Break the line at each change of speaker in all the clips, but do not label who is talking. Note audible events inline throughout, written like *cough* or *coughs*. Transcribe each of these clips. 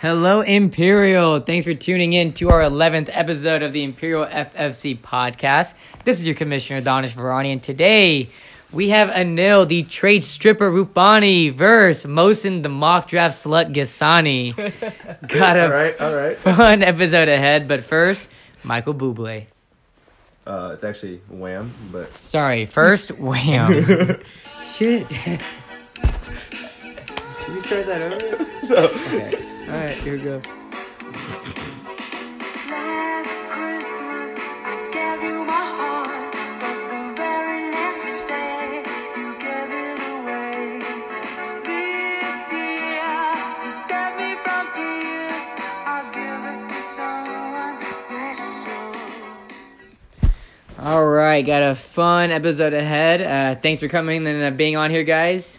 Hello, Imperial. Thanks for tuning in to our 11th episode of the Imperial FFC podcast. This is your commissioner, Donish Varani, and today we have Anil, the trade stripper Rupani, versus Mosin, the mock draft slut *laughs* Gisani. Got a
All right, all right.
fun episode ahead, but first, Michael Bublé.
Uh, it's actually Wham, but
Sorry, *laughs* first, wham. *laughs* Shit. Can we start that over? *laughs* Okay. All right, here we go.
Last Christmas, I gave you my heart, but the very next day, you gave it away. This year, to save me from tears, I'll give it to someone special.
All right, got a fun episode ahead. Uh, thanks for coming and uh, being on here, guys.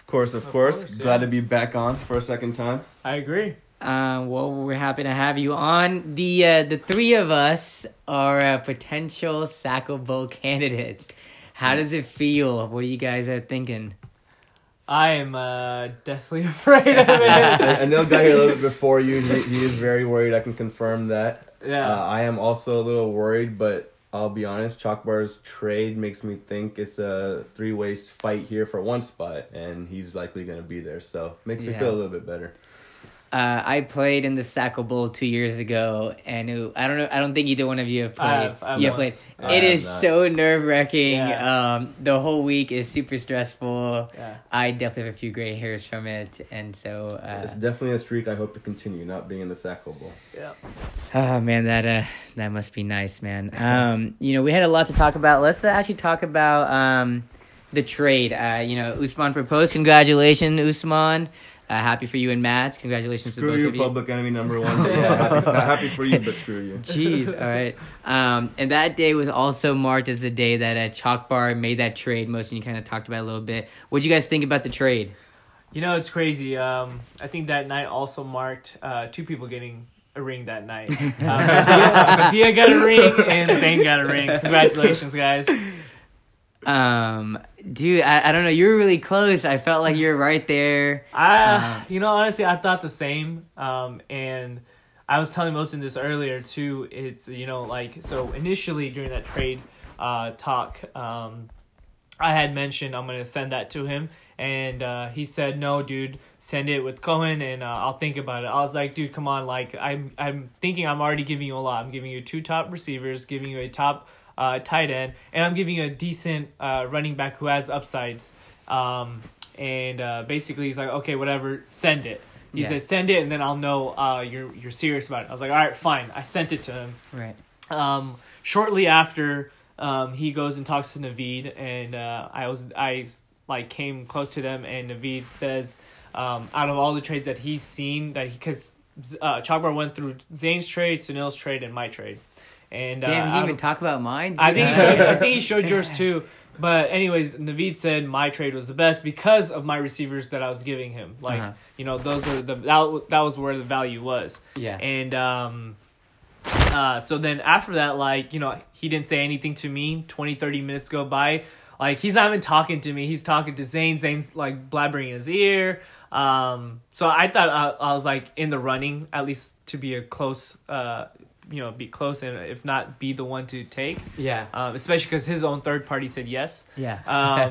of course, of, course,
course, yeah.
glad to be back on for a second *laughs* time.
I agree.
Uh, well, we're happy to have you on. The uh, the three of us are uh, potential Sacco Bowl *laughs* candidates. How does it feel? What are you guys uh, thinking?
I am uh, deathly *laughs* afraid
*laughs*
of it. *laughs*
I know got here a little bit before you. He, he is very worried. I can confirm that. Uh,
yeah.
I am also a little worried, but I'll be honest. Chalkbar's trade makes me think it's a three-way fight here for one spot, and he's likely going to be there. So makes me
Yeah.
feel a little bit better.
Uh, I played in the Sacco Bowl two years ago, and it, I don't know. I don't think either one of you have played.
I have- I have
you
once.
I
It
have
is
not.
so nerve wracking.
Yeah.
Um, the whole week is super stressful.
yeah.
I definitely have a few gray hairs from it, and so
It's
uh,
definitely a streak I hope to continue, not being in the Sacco Bowl.
Yeah.
oh man, that uh, that must be nice, man. Um, you know, we had a lot to talk about. Let's uh, actually talk about um, the trade. Uh, you know, Usman proposed. Congratulations, Usman. Uh, happy for you and Matt. Congratulations to
Screw
both
you,
of you.
public *laughs* enemy number one. yeah, happy, happy for you, but screw you.
Jeez, all right. Um, and that day was also marked as the day that uh, Chalk Bar made that trade. Most of you kind of talked about it a little bit. What do you guys think about the trade?
You know, it's crazy. Um, I think that night also marked uh, two people getting a ring that night. Um, Dia, Dia got a ring and Zane got a ring. Congratulations, guys.
Um, dude, I, I don't know. You were really close. I felt like you were right there.
I, you know, honestly, I thought the same. Um, and I was telling Mosin this earlier too. It's you know, like so initially during that trade uh, talk, um, I had mentioned I'm gonna send that to him, and uh, he said, "No, dude, send it with Cohen, and uh, I'll think about it." I was like, "Dude, come on! Like, I'm I'm thinking I'm already giving you a lot. I'm giving you two top receivers, giving you a top uh, tight end, and I'm giving you a decent uh, running back who has upside." Um, and uh, basically, he's like, "Okay, whatever, send it." He
Yeah.
said, "Send it, and then I'll know uh, you're you're serious about it." I was like, "All right, fine." I sent it to him
Right.
um, shortly after um, he goes and talks to Naveed, and uh, I was I like came close to them, and Naveed says, um, out of all the trades that he's seen, that because uh, Chalkbar went through Zane's trade, Sunil's trade, and my trade, and
Damn,
uh,
he
out
didn't even
of-
talk about mine.
I think he
dude.
showed, I think he showed yours too. But anyways, Naveed said my trade was the best because of my receivers that I was giving him. Like
Uh-huh.
you know, those are the that, w- that was where the value was.
*laughs* Yeah.
And um, uh, so then after that, like you know, he didn't say anything to me. 20, 30 minutes go by. Like he's not even talking to me. He's talking to Zane. Zane's like blabbering in his ear. Um, so I thought I, I was like in the running at least to be a close, uh, you know, be close and if not be the one to take
yeah.
um, especially because his own third party said yes.
Yeah.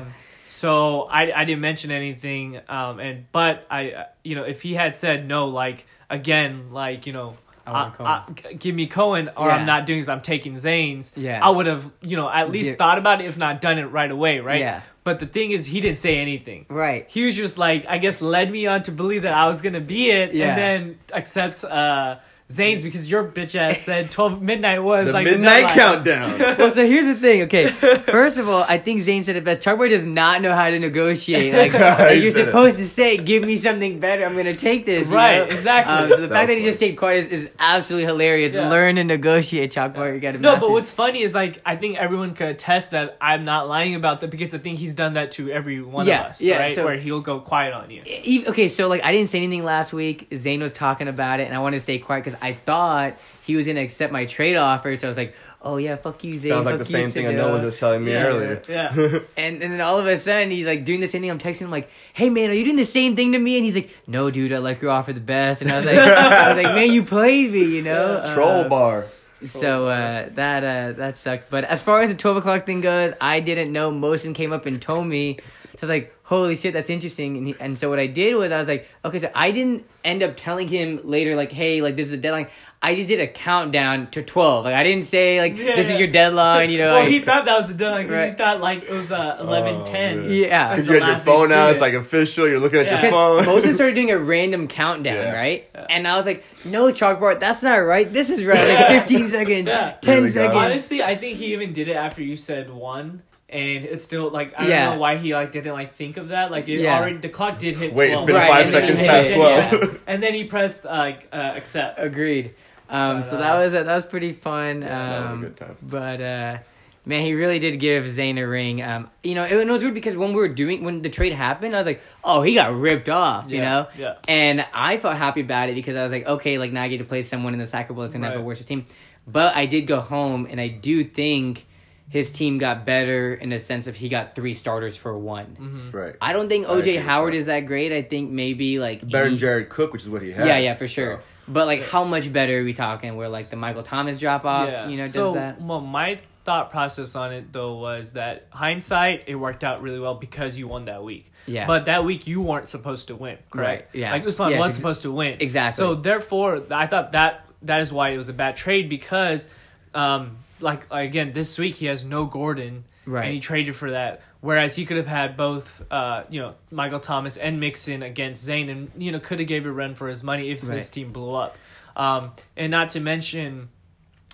*laughs*
*laughs*
Um, so I, I didn't mention anything, um, and but I uh, you know if he had said no, like again, like you know.
I want
I- I- g- give me Cohen, or
Yeah.
I'm not doing this. I'm taking Zane's.
Yeah.
I would have, you know, at least
Yeah.
thought about it, if not done it right away, right?
Yeah.
But the thing is, he didn't say anything.
right.
He was just like, I guess, led me on to believe that I was gonna be it,
Yeah.
and then accepts uh Zane's because your
*laughs*
bitch ass said twelve midnight was
The
like
midnight *laughs*
deadline.
countdown.
*laughs*
Well, so here's the thing.
*laughs*
Okay, first of all, I think Zane said it best. Chalkboard does not know how to negotiate.
*laughs*
Like,
He
you're
said it.
supposed to say, "Give me something better. I'm gonna take this." you
Right,
know?
exactly.
Um, so the
That
fact
was
that he just
funny.
stayed quiet is, is absolutely hilarious.
Yeah.
Learn to negotiate, Chalkboard. You got to
No, but what's funny is like I think everyone could attest that I'm not lying about that because I think he's done that to every one
Yeah,
of us,
yeah,
right?
so-
Where he'll go quiet on you.
E- okay, so like I didn't say anything last week. Zane was talking about it, and I wanted to stay quiet because I thought he was gonna accept my trade offer, so I was like, "Oh yeah, fuck you, Zay."
Sounds like the
fuck you,
same thing I
Sidel.
know was just telling me
Yeah.
earlier.
*laughs*
Yeah.
And and then all of a sudden he's like doing the same thing. I'm texting him like, "Hey man, are you doing the same thing to me?" And he's like, "No, dude, I like your offer the best." And I was
*laughs*
like, "I was like, man, you played me, you know." Uh,
Troll bar.
So uh, that uh, that sucked. But as far as the twelve o'clock thing goes, I didn't know Mosin came up and told me. So I was like, "Holy shit, that's interesting." And, he, and so what I did was I was like, "Okay." So I didn't end up telling him later, like, "Hey, like this is a deadline." I just did a countdown to twelve. Like I didn't say like
Yeah,
this
yeah.
is your deadline. You know.
*laughs* well,
like-
he thought that was a deadline 'cause he
Right.
thought like it was uh, eleven ten.
Oh, man.
*laughs*
yeah.
Because you
That's
had
the
your
last thing
phone
you
out,
do.
it's like official, you're looking at your
Because
phone.
Moses started doing a random countdown,
Yeah.
right?
Yeah.
And I was like, no, chalkboard, that's not right. This is right. Like 15 seconds,
Yeah.
10
Really got it.
seconds.
Honestly, I think he even did it after you said one, and it's still like I don't
Yeah.
know why he like didn't like think of that. Like it
Yeah.
already the clock did hit.
Wait, it's
12.
been
Right, five and then- seconds past
yeah,
12.
yeah. *laughs* and then he pressed like uh, accept.
Agreed. Um,
But,
so
uh,
that was that was pretty fun.
that was a
um,
good time.
But uh, man, he really did give Zayn a ring. Um, you know, it, it was weird because when we were doing when the trade happened, I was like, oh, he got ripped off. you
Yeah,
know.
yeah.
And I felt happy about it because I was like, okay, like now I get to play someone in the soccer bowl that's gonna have a
Right.
worse team. But I did go home, and I do think his team got better in the sense of he got three starters for one.
*laughs* right.
I don't think
Mm-hmm. I agree
OJ
with
Howard
that.
is that great. I think maybe like
Better than
he-
Jared Cook, which is what he had.
yeah, yeah, for sure.
So,
But like, how much better are we talking? Where like the Michael Thomas drop off,
yeah.
you know, does
so
that?
well, my thought process on it though was that hindsight it worked out really well because you won that week.
Yeah.
But that week you weren't supposed to win, correct?
Right, yeah.
Like Usman
Yes,
was
ex-
supposed to win.
exactly.
So therefore, I thought that that is why it was a bad trade because, um, like again, this week he has no Gordon,
Right.
And he traded for that. Whereas he could have had both, uh, you know, Michael Thomas and Mixon against Zane, and you know, could have gave a run for his money if
Right.
his team blew up. Um, and not to mention,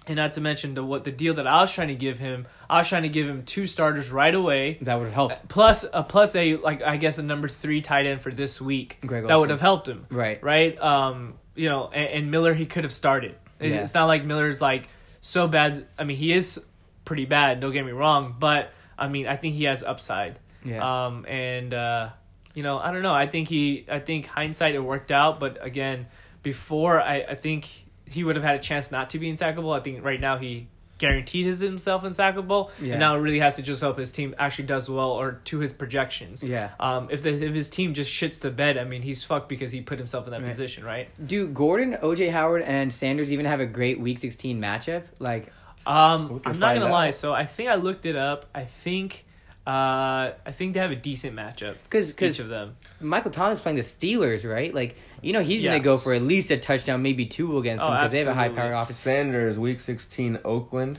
and not to mention the what the deal that I was trying to give him. I was trying to give him two starters right away
That would have helped.
Uh, plus a plus a like I guess a number three tight end for this week
Greg
that would
Olsen.
have helped him.
Right.
Right. Um. You know, and, and Miller he could have started. It-
Yeah.
It's not like Miller's like so bad. I mean, he is pretty bad. Don't get me wrong, but I mean, I think he has upside.
Yeah.
Um. And uh, you know, I don't know. I think he. I think hindsight it worked out, but again, before I, I think he would have had a chance not to be in sackable. I think right now he guaranteed his- himself in sackable,
Yeah.
and now it really has to just hope his team actually does well or to his projections.
Yeah.
Um, if the, if his team just shits the bed, I mean, he's fucked because he put himself in that
Right.
position, right?
Do Gordon, OJ Howard, and Sanders even have a great Week 16 matchup? Like,
Um,
can
I'm not
find
gonna
out.
lie. So I think I looked it up. I think, uh, I think they have a decent matchup.
because
Each of them.
Michael Thomas playing the Steelers, right? Like, you know, he's
Yeah.
gonna go for at least a touchdown, maybe two against
Oh,
them because they have a high
absolutely.
powered offense.
Sanders, week 16, Oakland.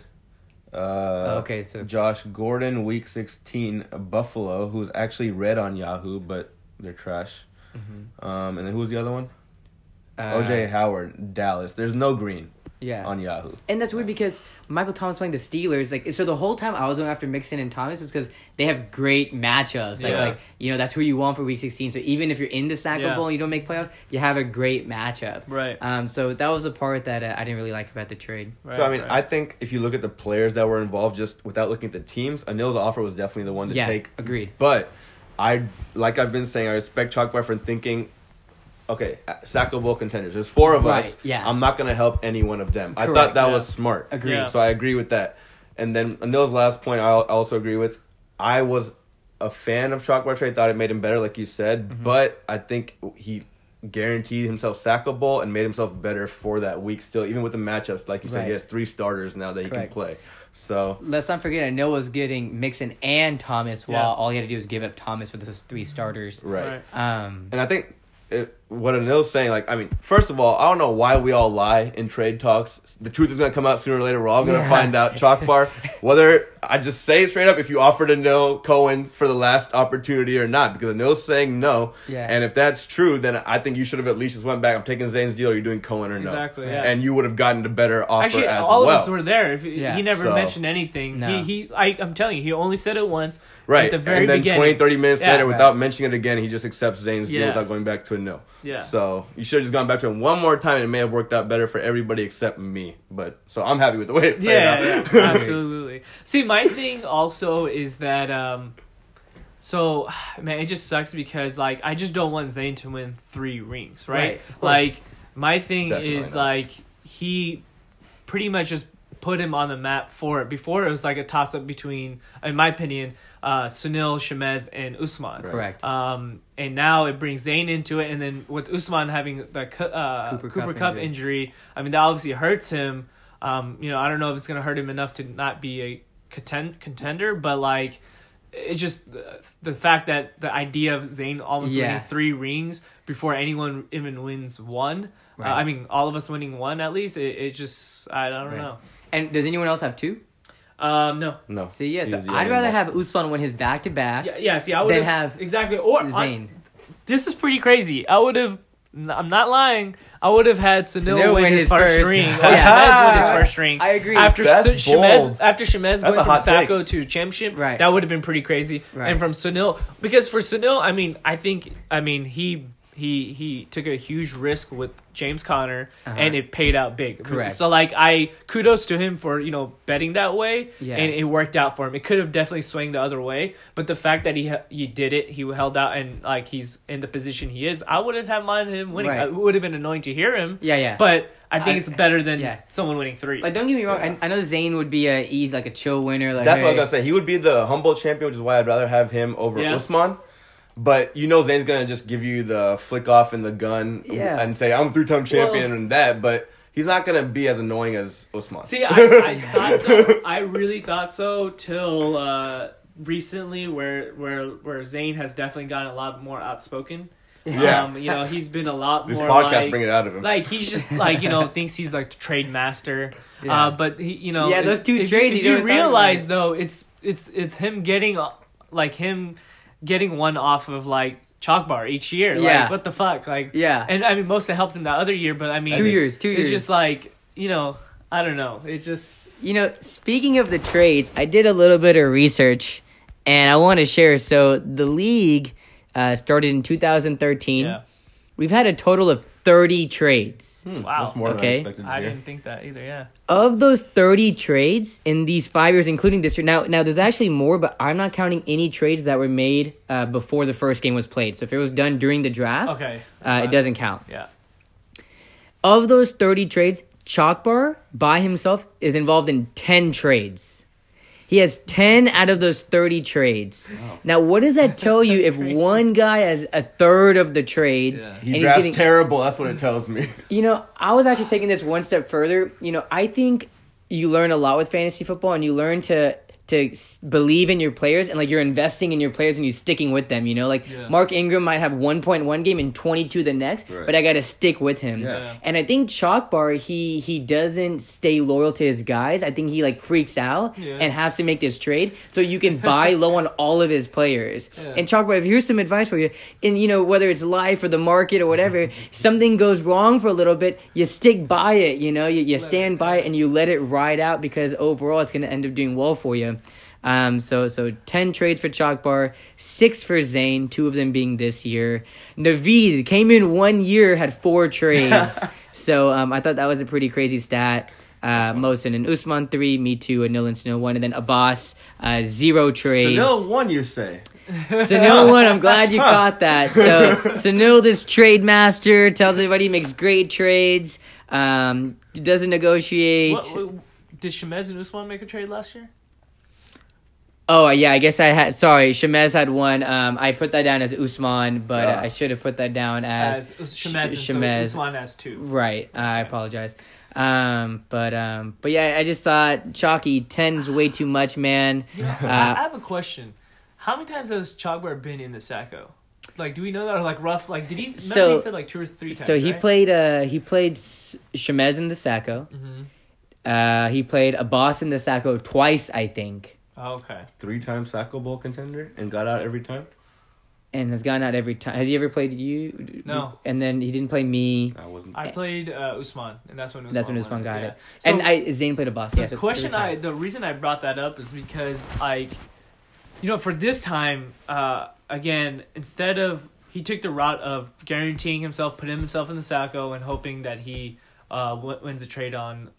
Uh,
Oh, okay, so-
Josh Gordon, week 16, Buffalo, who's actually red on Yahoo, but they're trash. Um, and then who was the other one?
Mm-hmm. Uh,
OJ Howard, Dallas. There's no green
yeah.
on Yahoo.
And that's weird because Michael Thomas playing the Steelers, like so the whole time I was going after Mixon and Thomas was because they have great matchups. Like,
Yeah.
like you know that's who you want for Week 16. So even if you're in the Sackable
Yeah.
Bowl and you don't make playoffs, you have a great matchup.
Right.
Um. So that was the part that uh, I didn't really like about the trade.
Right,
so I mean,
right.
I think if you look at the players that were involved, just without looking at the teams, Anil's offer was definitely the one to
yeah.
take.
Agreed.
But I, like I've been saying, I respect Chalkbar for thinking, okay, Sacco Bowl contenders. There's four of
Right,
us.
yeah.
I'm not gonna help any one of them. I
Correct,
thought that
yeah.
was smart.
Agreed.
Yeah.
So I agree with that. And then Anil's last point, I also agree with. I was a fan of Chalkbar trade. Thought it made him better, like you said.
Mm-hmm.
But I think he guaranteed himself sackable and made himself better for that week still even with the matchups like you said
Right.
he has three starters now that he
Correct.
can play so
Let's not forget, I know was getting Mixon and Thomas, while
Yeah.
all he had to do was give up Thomas with those three starters.
right.
Right.
Um.
Mm-hmm. And I think it, what Anil's saying, like, I mean, first of all, I don't know why we all lie in trade talks. The truth is going to come out sooner or later. We're all going to
Yeah.
find out. Chalk
*laughs*
bar, whether I just say it straight up if you offered Anil Cohen for the last opportunity or not, because Anil's saying no.
Yeah.
And if that's true, then I think you should have at least just went back. I'm taking Zane's deal. You're doing Cohen or no.
Exactly, yeah.
And you would have gotten a better offer
Actually,
as
all
well.
of us were there. If,
Yeah.
He never
So-
mentioned anything.
No.
He, he I, I'm telling you, he only said it once.
Right.
At the very
and then
beginning.
twenty, thirty 20, 30 minutes
Yeah.
later, without mentioning it again, he just accepts Zane's deal
Yeah.
without going back to a no.
Yeah.
So you should have just gone back to him one more time and it may have worked out better for everybody except me. But so I'm happy with the way it played
yeah,
out.
yeah,
*laughs*
yeah, absolutely. See, my thing also is that um so *sighs* man, it just sucks because like I just don't want Zayn to win three rings,
Right,
right?
of course.
like my thing
Definitely
is
not.
like he pretty much just put him on the map for it. Before it was like a toss up between, in my opinion, uh, Sunil Shamez and Usman.
Correct.
Um, and now it brings Zayn into it, and then with Usman having the cu- uh,
Cooper
Cooper,
Cup
Cup,
injury.
injury. I mean that obviously hurts him. Um, you know, I don't know if it's gonna hurt him enough to not be a contend- contender, but like, it just the, the fact that the idea of Zayn almost
Yeah.
winning three rings before anyone even wins one. Uh,
Right.
I mean, all of us winning one at least. It, it just I don't
Right.
know.
And does anyone else have two?
Um, no.
No.
See, yeah. So
He's the
I'd
only
rather
one.
have Usman win his back to back.
Yeah, yeah. See, I would
Then have
exactly or I-
Zayn.
this is pretty crazy. I would have. I'm not lying. I would have had Sunil
Sunil
win, his, first, ring.
*laughs*
Or
Yeah.
Shemez win his first ring.
I agree.
After
That's
Su-
bold.
Shemez, after Shemez
a
went from
hot take.
Sacco to championship,
Right.
that would have been pretty crazy.
Right.
And from Sunil, because for Sunil, I mean, I think, I mean, he he he took a huge risk with James Conner, and it paid out big.
Uh-huh. Correct.
So like, I kudos to him for you know betting that way,
Yeah.
and it worked out for him. It could have definitely swung the other way, but the fact that he he did it, he held out, and like he's in the position he is, I wouldn't have minded him winning.
Right.
It would have been annoying to hear him.
Yeah, yeah.
But I think
I-
it's better than
yeah.
someone winning three.
Like, don't get me wrong. I, I know Zayn would be a ease, like a chill winner. Like
That's what I
hey.
was gonna say. He would be the humble champion, which is why I'd rather have him over
Yeah.
Usman. But you know Zayn's gonna just give you the flick off and the gun
Yeah.
and say, I'm three time champion
Well-
and that, but he's not gonna be as annoying as Usman.
*laughs* See, I,
*laughs*
I thought so. I really thought so till uh, recently, where where where Zayn has definitely gotten a lot more outspoken.
Yeah.
Um, you know, he's been a lot
this
more
podcast
like,
bring it out of him.
like he's just like you know thinks he's like the trade master
Yeah.
uh but he you know
Yeah,
if-
those two
if,
trades
if
he
you
always talks about.
realize though it's it's it's him getting uh, like him getting one off of like chalk bar each year
Yeah.
like what the fuck like
Yeah.
and i mean most helped him that other year but i mean
Two years, two years.
it's just like you know i don't know it just
You know, speaking of the trades, I did a little bit of research, and I want to share. So the league uh, started in 2013.
yeah
We've had a total of 30 trades.
wow
Hmm, That's more
Okay.
than I expected. to
i
hear.
didn't think that either yeah
Of those 30 trades in these five years, including this year, now now there's actually more, but I'm not counting any trades that were made uh, before the first game was played. So if it was done during the draft,
okay
uh, it doesn't count.
yeah
Of those 30 trades, Chalkbar by himself is involved in 10 trades. He has 10 out of those 30 trades. Now, what does that tell you if one guy has a third of the trades?
Yeah.
and
He
he's
drafts
getting-
terrible, that's what it tells
*laughs*
me.
you know, I was actually taking this one step further. You know, I think you learn a lot with fantasy football, and you learn to to s- believe in your players, and like you're investing in your players, and you're sticking with them. You know, like
Yeah.
Mark Ingram might have one point one game and twenty two the next,
Right.
but I got to stick with him.
Yeah.
And I think Chalkbar, he he doesn't stay loyal to his guys. I think he like freaks out
Yeah.
and has to make this trade, so you can buy low on all of his players.
Yeah.
And Chalkbar, here's some advice for you. And you know, whether it's life or the market or whatever, something goes wrong for a little bit, you stick by it, you know, you, you stand by it and you let it ride out because overall it's gonna end up doing well for you. Um, so so ten trades for Chalkbar, six for Zane, two of them being this year. Navid came in one year, had four trades. so um, I thought that was a pretty crazy stat. Uh, Mosin and Usman three, me two, and Nil and Sunil one, and then Abbas uh, zero trades. *laughs*
Chanel won, you say.
Sunil one, I'm glad you caught that. So Sunil, this trade master, tells everybody he makes great trades. Um, he doesn't negotiate.
what, what- did Shemez and Usman make a trade last year?
Oh yeah, I guess I had. Sorry, Shemez had one. Um, I put that down as Usman, but
Yeah.
I should have put that down as,
As, Shemez and so
Shemez.
Usman has two.
right. I apologize. Um, but um, but yeah, I just thought Chalky tens way too much, man.
I, I
Uh,
have a question. How many times has Chagbar been in the Sacco? Like, do we know that? Or like, rough? Like, did he? Remember
So-
he said like two or three times.
so he
right?
played. Uh, he played S- Shemez in the Sacco.
Mhm.
Uh, he played a boss in the Sacco twice, I think.
Oh, okay.
Three time Sacco Bowl contender and got out every time?
and has gone out every time. Has he ever played you?
No.
And then he didn't play me.
I wasn't.
I played uh, Usman, and that's when Usman.
That's when
won
Usman got
yeah.
it.
So,
and I Zane played a boss.
the question I the reason I brought that up is because like, you know, for this time, uh, again, instead of he took the route of guaranteeing himself, putting himself in the Sacco, and hoping that he uh, w- wins a trade on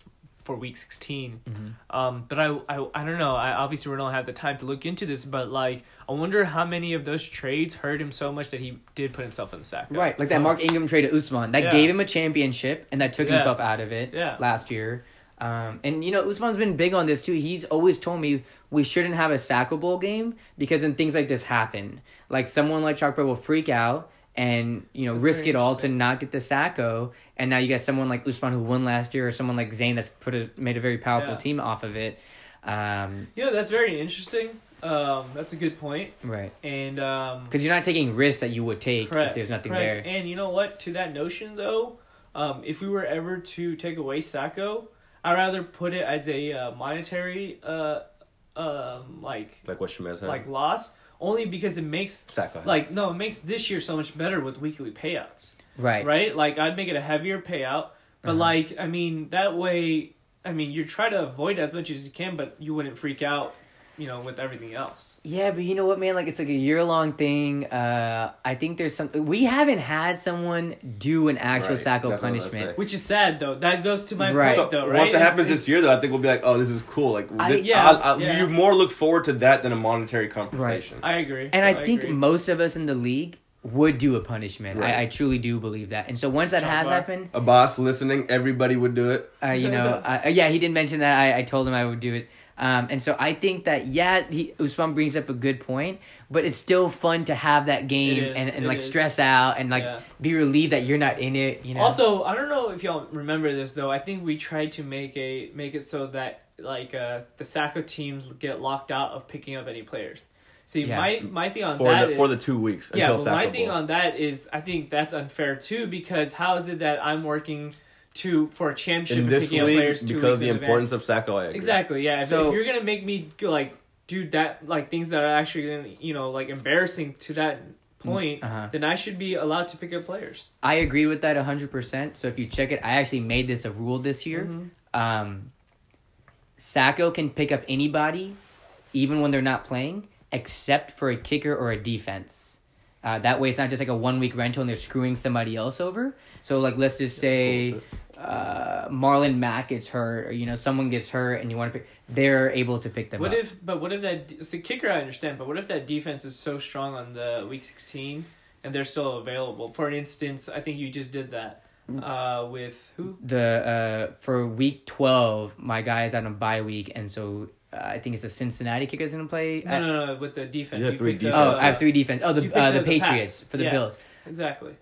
for Week 16. Um, but I, I I don't know. I obviously we don't have the time to look into this, but like I wonder how many of those trades hurt him so much that he did put himself in the sack.
Right, like that Mark Ingram trade to Usman that
Yeah.
gave him a championship and that took
Yeah.
himself out of it
Yeah.
last year. Um, and you know Usman's been big on this too. He's always told me we shouldn't have a sackable game because then things like this happen. Like someone like Chalkboard will freak out and you know risk
very
it all to not get the sacko, and now you got someone like Usman who won last year, or someone like Zane that's put a, made a very powerful
Yeah.
team off of it. Um,
Yeah, that's very interesting. Um, that's a good point.
right,
And um,
because you're not taking risks that you would take
Correct,
if there's nothing
correct.
there.
And you know what? To that notion though, um, if we were ever to take away Sacco, I'd rather put it as a uh, monetary, uh, um, like
Like what Shemez
uh,
had.
like loss, only because it makes
Sacco.
like no, it makes this year so much better with weekly payouts,
Right, Uh-huh.
right? Like I'd make it a heavier payout, but like I mean that way, I mean you try to avoid as much as you can, but you wouldn't freak out, you know, with everything else.
Yeah, but you know what, man? Like it's like a year long thing. Uh, I think there's some. We haven't had someone do an actual
Right,
sacco
that's what I was
punishment.
gonna
Which is sad though. That goes to my
Right.
point
So,
though, right?
Once that
It's-
happens
it's-
this year, though, I think we'll be like, "Oh, this is cool." Like,
I-
this-
yeah,
I'll- I'll-
yeah.
you more look forward to that than a monetary compensation.
I agree.
And
So
I think
agree.
most of us in the league would do a punishment.
Right.
I, I truly do believe that. And so once that
Sean
has
Barr.
happened,
A boss listening, everybody would do it.
uh,
*laughs*
you know, uh, yeah, he did mention that. I, I told him I would do it. Um, and so I think that yeah, he, Usman brings up a good point, but it's still fun to have that game
is,
and, and
it
like
is.
stress out and like
Yeah.
be relieved that you're not in it. You know,
Also, I don't know if y'all remember this though. I think we tried to make a make it so that like uh the Sacco teams get locked out of picking up any players. See,
Yeah.
my my thing on
for
that
the for the
is-
two weeks
yeah,
until
but my
Sacco
thing
Bowl.
on that is I think that's unfair too because how is it that I'm working to for a championship
in
and
this
picking up
league
players two
because of
weeks
the
in
importance
advance?
of Sacco. I agree.
exactly yeah. If-
So-
if you're gonna make me go, like do that like things that are actually gonna, you know like embarrassing to that point,
uh-huh.
then I should be allowed to pick up players.
I agree with that 100%. So if you check it, I actually made this a rule this year.
Mm-hmm.
Um, Sacco can pick up anybody, even when they're not playing, except for a kicker or a defense. Uh, that way, it's not just like a one week rental and they're screwing somebody else over. So, like, let's just say uh, Marlon Mack gets hurt, or you know, someone gets hurt, and you want to pick. They're able to pick them
What
up.
if, but what if that it's a kicker? I understand, but what if that defense is so strong on the week sixteen and they're still available? For instance, I think you just did that
Mm.
uh, with who?
the uh, for week twelve, my guy is out on bye week, and so uh, I think it's the Cincinnati kicker's gonna play.
No, no, no, with the defense.
Uh, You had three
picked
defenses.
Oh,
up-
I have three defense. Oh,
You
the
picked
uh,
up
the
the
Patriots
Pats.
for the
Yeah.
Bills.
exactly.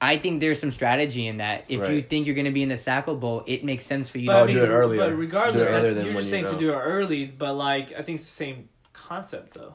I think there's some strategy in that. If you
Right.
think you're going to be in the Sackle Bowl, it makes sense for you.
But,
Oh,
to
I mean,
do it earlier.
but
Do it
regardless,
earlier
that's,
than
you're
when
just
you
saying to
know.
do it early. But like, I think it's the same concept though.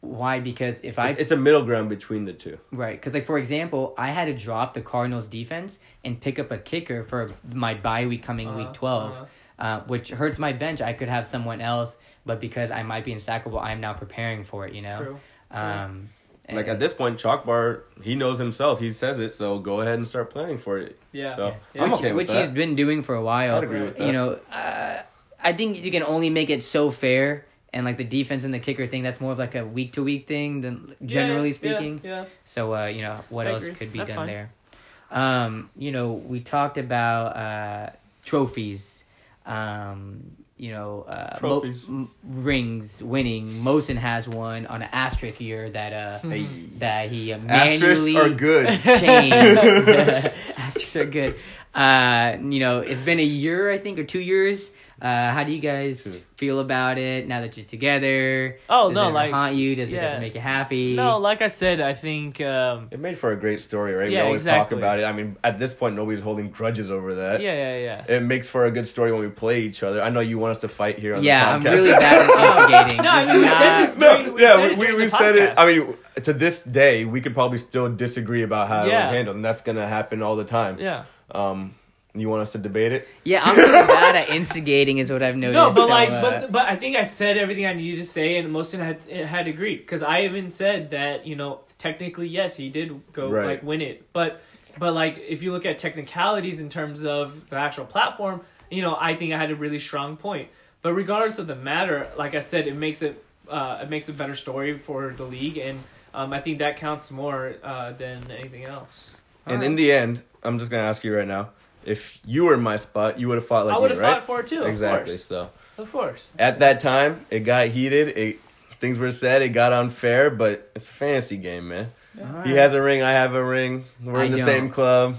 Why? Because if I
It's, it's a middle ground between the two.
right, because like for example, I had to drop the Cardinals defense and pick up a kicker for my bye week coming
Uh-huh,
week 12
uh-huh.
uh which hurts my bench. I could have someone else, but because I might be in Sackle Bowl, I'm now preparing for it. You know.
True.
Um,
Like
and-
at this point, Chalk Bar, he knows himself. He says it, so go ahead and start planning for it.
Yeah.
So,
Yeah.
I'm
which,
okay with
which he's
that.
been doing for a while.
I'd agree with
You
that.
know, uh, I think you can only make it so fair, and like the defense and the kicker thing, that's more of like a week to week thing than generally
Yeah, yeah,
speaking.
Yeah.
So uh, you know, what
I
else
agree.
could be
That's
done
fine.
there? Um, you know, we talked about uh, trophies. Um, you know, uh, mo-
Trophies.
m- rings, winning. Mosin has one on an asterisk year that uh,
Hey.
that he uh,
Asterisks
manually
are
*laughs*
good. *laughs*
change. Asterisks are good. Uh, you know, it's been a year, I think, or two years. Uh, how do you guys
Two.
feel about it now that you're together?
Oh,
Does
no,
it ever
like-
haunt you? Does it
yeah.
ever make you happy?
No, like I said, I think. Um,
It made for a great story, right?
Yeah,
we always
exactly.
talk about it. I mean, at this point, nobody's holding grudges over
yeah,
that.
yeah, yeah.
It makes for a good story when we play each other. I know you want us to fight here on
yeah, I'm
the podcast.
really
*laughs*
bad at instigating.
*laughs* No, I
This
mean,
is
we said
not-
this
no,
during- we said
yeah,
it
we, we,
during
we
the
said it.
podcast.
I mean, to this day, we could probably still disagree about how it
Yeah.
was handled, and that's going to happen all the time.
Yeah.
Um, you want us to debate it?
Yeah, I'm really bad at instigating, is what I've noticed.
No,
so,
but like,
uh,
but but I think I said everything I needed to say, and Mosin had had agreed because I even said that you know technically yes he did go
Right.
like win it, but but like if you look at technicalities in terms of the actual platform, you know I think I had a really strong point. But regardless of the matter, like I said, it makes it uh, it makes a better story for the league, and um, I think that counts more uh, than anything else.
and in the end, I'm just going to ask you right now if you were in my spot, you would have fought like
I
me,
would have
right?
fought for it too.
exactly.
Exactly.
So
Of course.
at that time, it got heated. It things were said. It got unfair, but it's a fantasy game, man. He has a ring. I have a ring. We're
I
in the
don't.
same
*laughs*
club.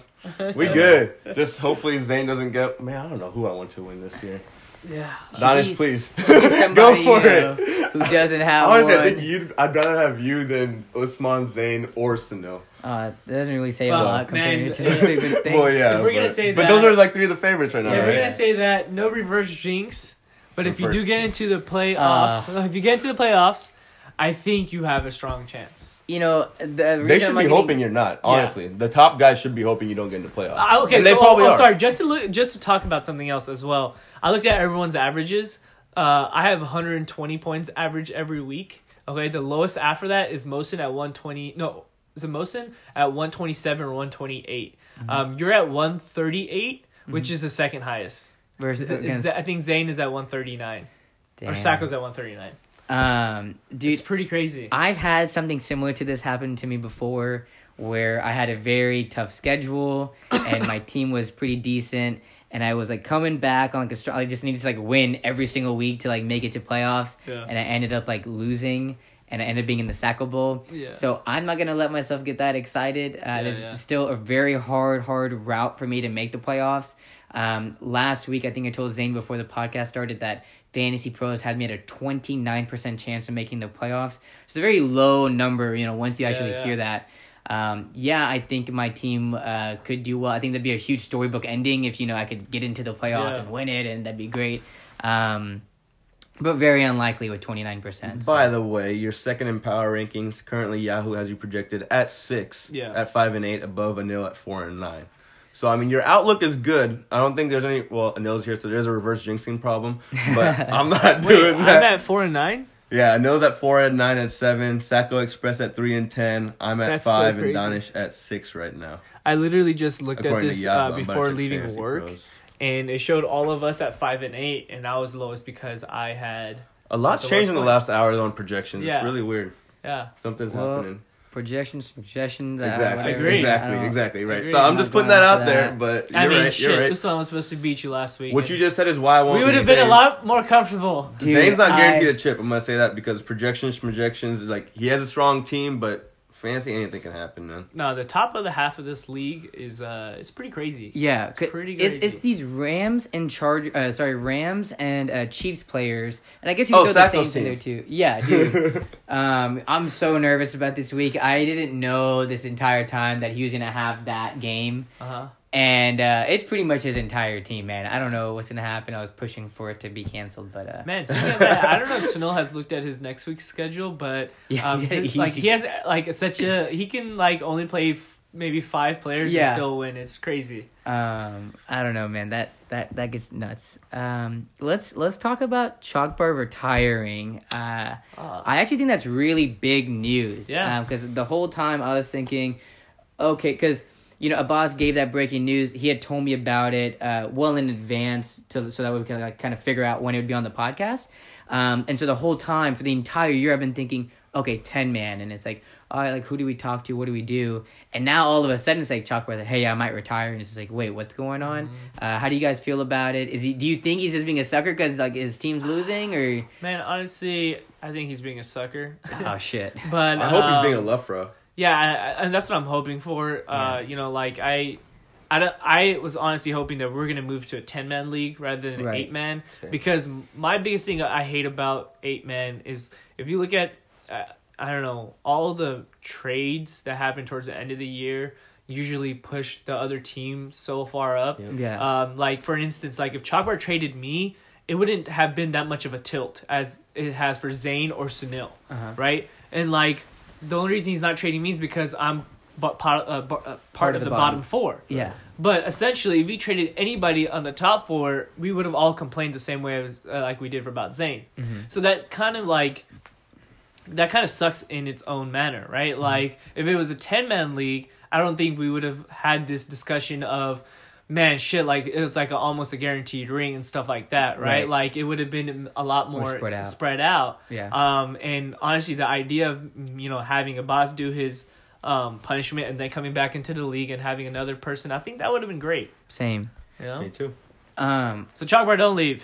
We
So-
good. Just hopefully Zane doesn't get. Man, I don't know who I want to win this year.
Yeah.
Donish,
Jeez.
please
*laughs* Get
*laughs* go
somebody,
for
you know,
it.
Who doesn't have
Honestly, I
one?
think you'd. I'd rather have you than Usman, Zane, or Sano.
Uh, that doesn't really say a
Well,
lot compared
man,
to *laughs* the stupid things.
Well, yeah.
If we're gonna
but,
say
but
that-
those are like three of the favorites right now.
Yeah,
right?
we're gonna say that no reverse jinx, but if you do
Reverse
get
jinx.
into the playoffs, if you get into the playoffs, I think you have a strong chance.
You know, the
They should be hoping you're not.
Yeah.
Honestly, the top guys should be hoping you don't get into playoffs.
Uh, okay,
And
so
they probably
oh,
are.
sorry. Just to look, just to talk about something else as well. I looked at everyone's averages. Uh, I have 120 points average every week. Okay, the lowest after that is Mosin at 120. No, is it Mosin at 127 or 128?
Mm-hmm.
Um, you're at 138, which is the second highest.
versus
Is, is-
against,
I think Zane is at 139 or
Damn.
Sacco's at 139.
Um, dude,
It's pretty crazy.
I've had something similar to this happen to me before where I had a very tough
*coughs*
schedule and my team was pretty decent and I was like coming back on like a str- I just needed to like win every single week to like make it to playoffs
Yeah.
and I ended up like losing and I ended up being in the Sacco Bowl.
Yeah.
So I'm not going to let myself get that excited. Uh, there's
yeah.
still a very hard, hard route for me to make the playoffs. Um, last week, I think I told Zane before the podcast started that Fantasy Pros had me at a 29% chance of making the playoffs. It's a very low number, you know, once you actually
yeah.
hear that. Um, yeah, I think my team uh, could do well. I think that'd be a huge storybook ending if, you know, I could get into the playoffs
Yeah.
and win it, and that'd be great. Um, but very unlikely with 29%.
By the way, you're second in power rankings. Currently, Yahoo has you projected at six,
Yeah.
at five and eight, above Anil at four and nine. So I mean, your outlook is good. I don't think there's any. Well, Anil's here, so there's a reverse jinxing problem. But
*laughs*
I'm not
Wait,
doing
I'm
that.
at four and nine.
Yeah, Anil's at four and nine and seven. Sacco Express at three and ten. I'm at
That's so
five and
crazy.
Donish at six right now.
I literally just looked at
According to
this
Yahoo, I'm
uh,
about to
before
check
leaving
Fantasy
work,
Pros.
and it showed all of us at five and eight, and I was lowest because I had
A lot's
The
changed
lowest
in the last
points.
hour on projections.
Yeah.
It's really weird.
yeah.
Something's
Well,
happening.
projections, suggestions. uh,
Exactly.
whatever.
Agreed.
I
Exactly.
don't-
Exactly. Right.
Agreed.
So I'm
I'm
just
not
putting that
going
out
for
there,
that.
but you're
I mean,
right.
shit,
You're right.
this one was supposed to beat you last week.
What
and
you just said is why I won't.
we would
be
have been a
Zane.
lot more comfortable.
Dude,
Zane's not
I-
guaranteed a chip. I'm gonna say that because projections, projections. Like he has a strong team, but fantasy anything can happen, man.
No, the top of the half of this league is uh, it's pretty crazy.
Yeah, it's
pretty
It's,
crazy.
it's these Rams and charge. Uh, sorry, Rams and uh, Chiefs players, and I guess you
Oh,
could throw the
Sacco's
Saints in there
team.
too. Yeah, dude. um, I'm so nervous about this week. I didn't know this entire time that he was gonna have that game,
Uh huh.
and uh, it's pretty much his entire team, man. I don't know what's gonna happen. I was pushing for it to be canceled, but uh,
Man, speaking of that, I don't know if Sunil has looked at his next week's
*laughs*
schedule, but
Yeah,
um,
yeah,
his-
he's-
like he has like such a he can like only play f- maybe five players
Yeah.
and still win. It's crazy.
Um, I don't know, man. That that that gets nuts. Um, let's let's talk about Chalkbar retiring. Uh,
Ah.
I actually think that's really big news.
Yeah.
Because the whole time I was thinking, okay, because you know Abbas gave that breaking news. He had told me about it uh, well in advance, to, so that we could like, kind of figure out when it would be on the podcast. Um, and so the whole time for the entire year, I've been thinking, okay, ten man, and it's like, all right, like who do we talk to? What do we do? And now all of a sudden, it's like Chalkboard, hey, I might retire, and it's just like, wait, what's going on? Uh, how do you guys feel about it? Is he? Do you think he's just being a sucker because like his team's losing, or
Man, honestly, I think he's being a sucker. *laughs*
oh shit?
But
I hope he's being a
um,
Lufra.
yeah, I, I- and that's what I'm hoping for. Uh, you know, like I, I, don't, I was honestly hoping that we're gonna move to a ten man league rather than an
Right.
eight man
Okay.
because my biggest thing I hate about eight man is if you look at, uh, I don't know, all the trades that happen towards the end of the year usually push the other team so far up.
Yeah.
Um, like for instance, like if Chalkbar traded me, it wouldn't have been that much of a tilt as it has for Zane or Sunil, right? And like the only reason he's not trading me is because I'm bu- part, uh, bu- uh, part, of, the, bottom, four.
Yeah.
But essentially, if we traded anybody on the top four, we would have all complained the same way as uh, like we did for about Zane. So that kind of like that kind of sucks in its own manner, right?
Mm-hmm.
Like if it was a 10 man league, I don't think we would have had this discussion of man shit like it was like a, almost a guaranteed ring and stuff like that, right?
Right.
Like it would have been a lot more,
spread out.
spread out.
Yeah.
Um and honestly the idea of you know having a boss do his um, punishment and then coming back into the league and having another person. I think that would have been great.
Same.
You know?
Me too.
Um,
So Chalkbar, don't leave.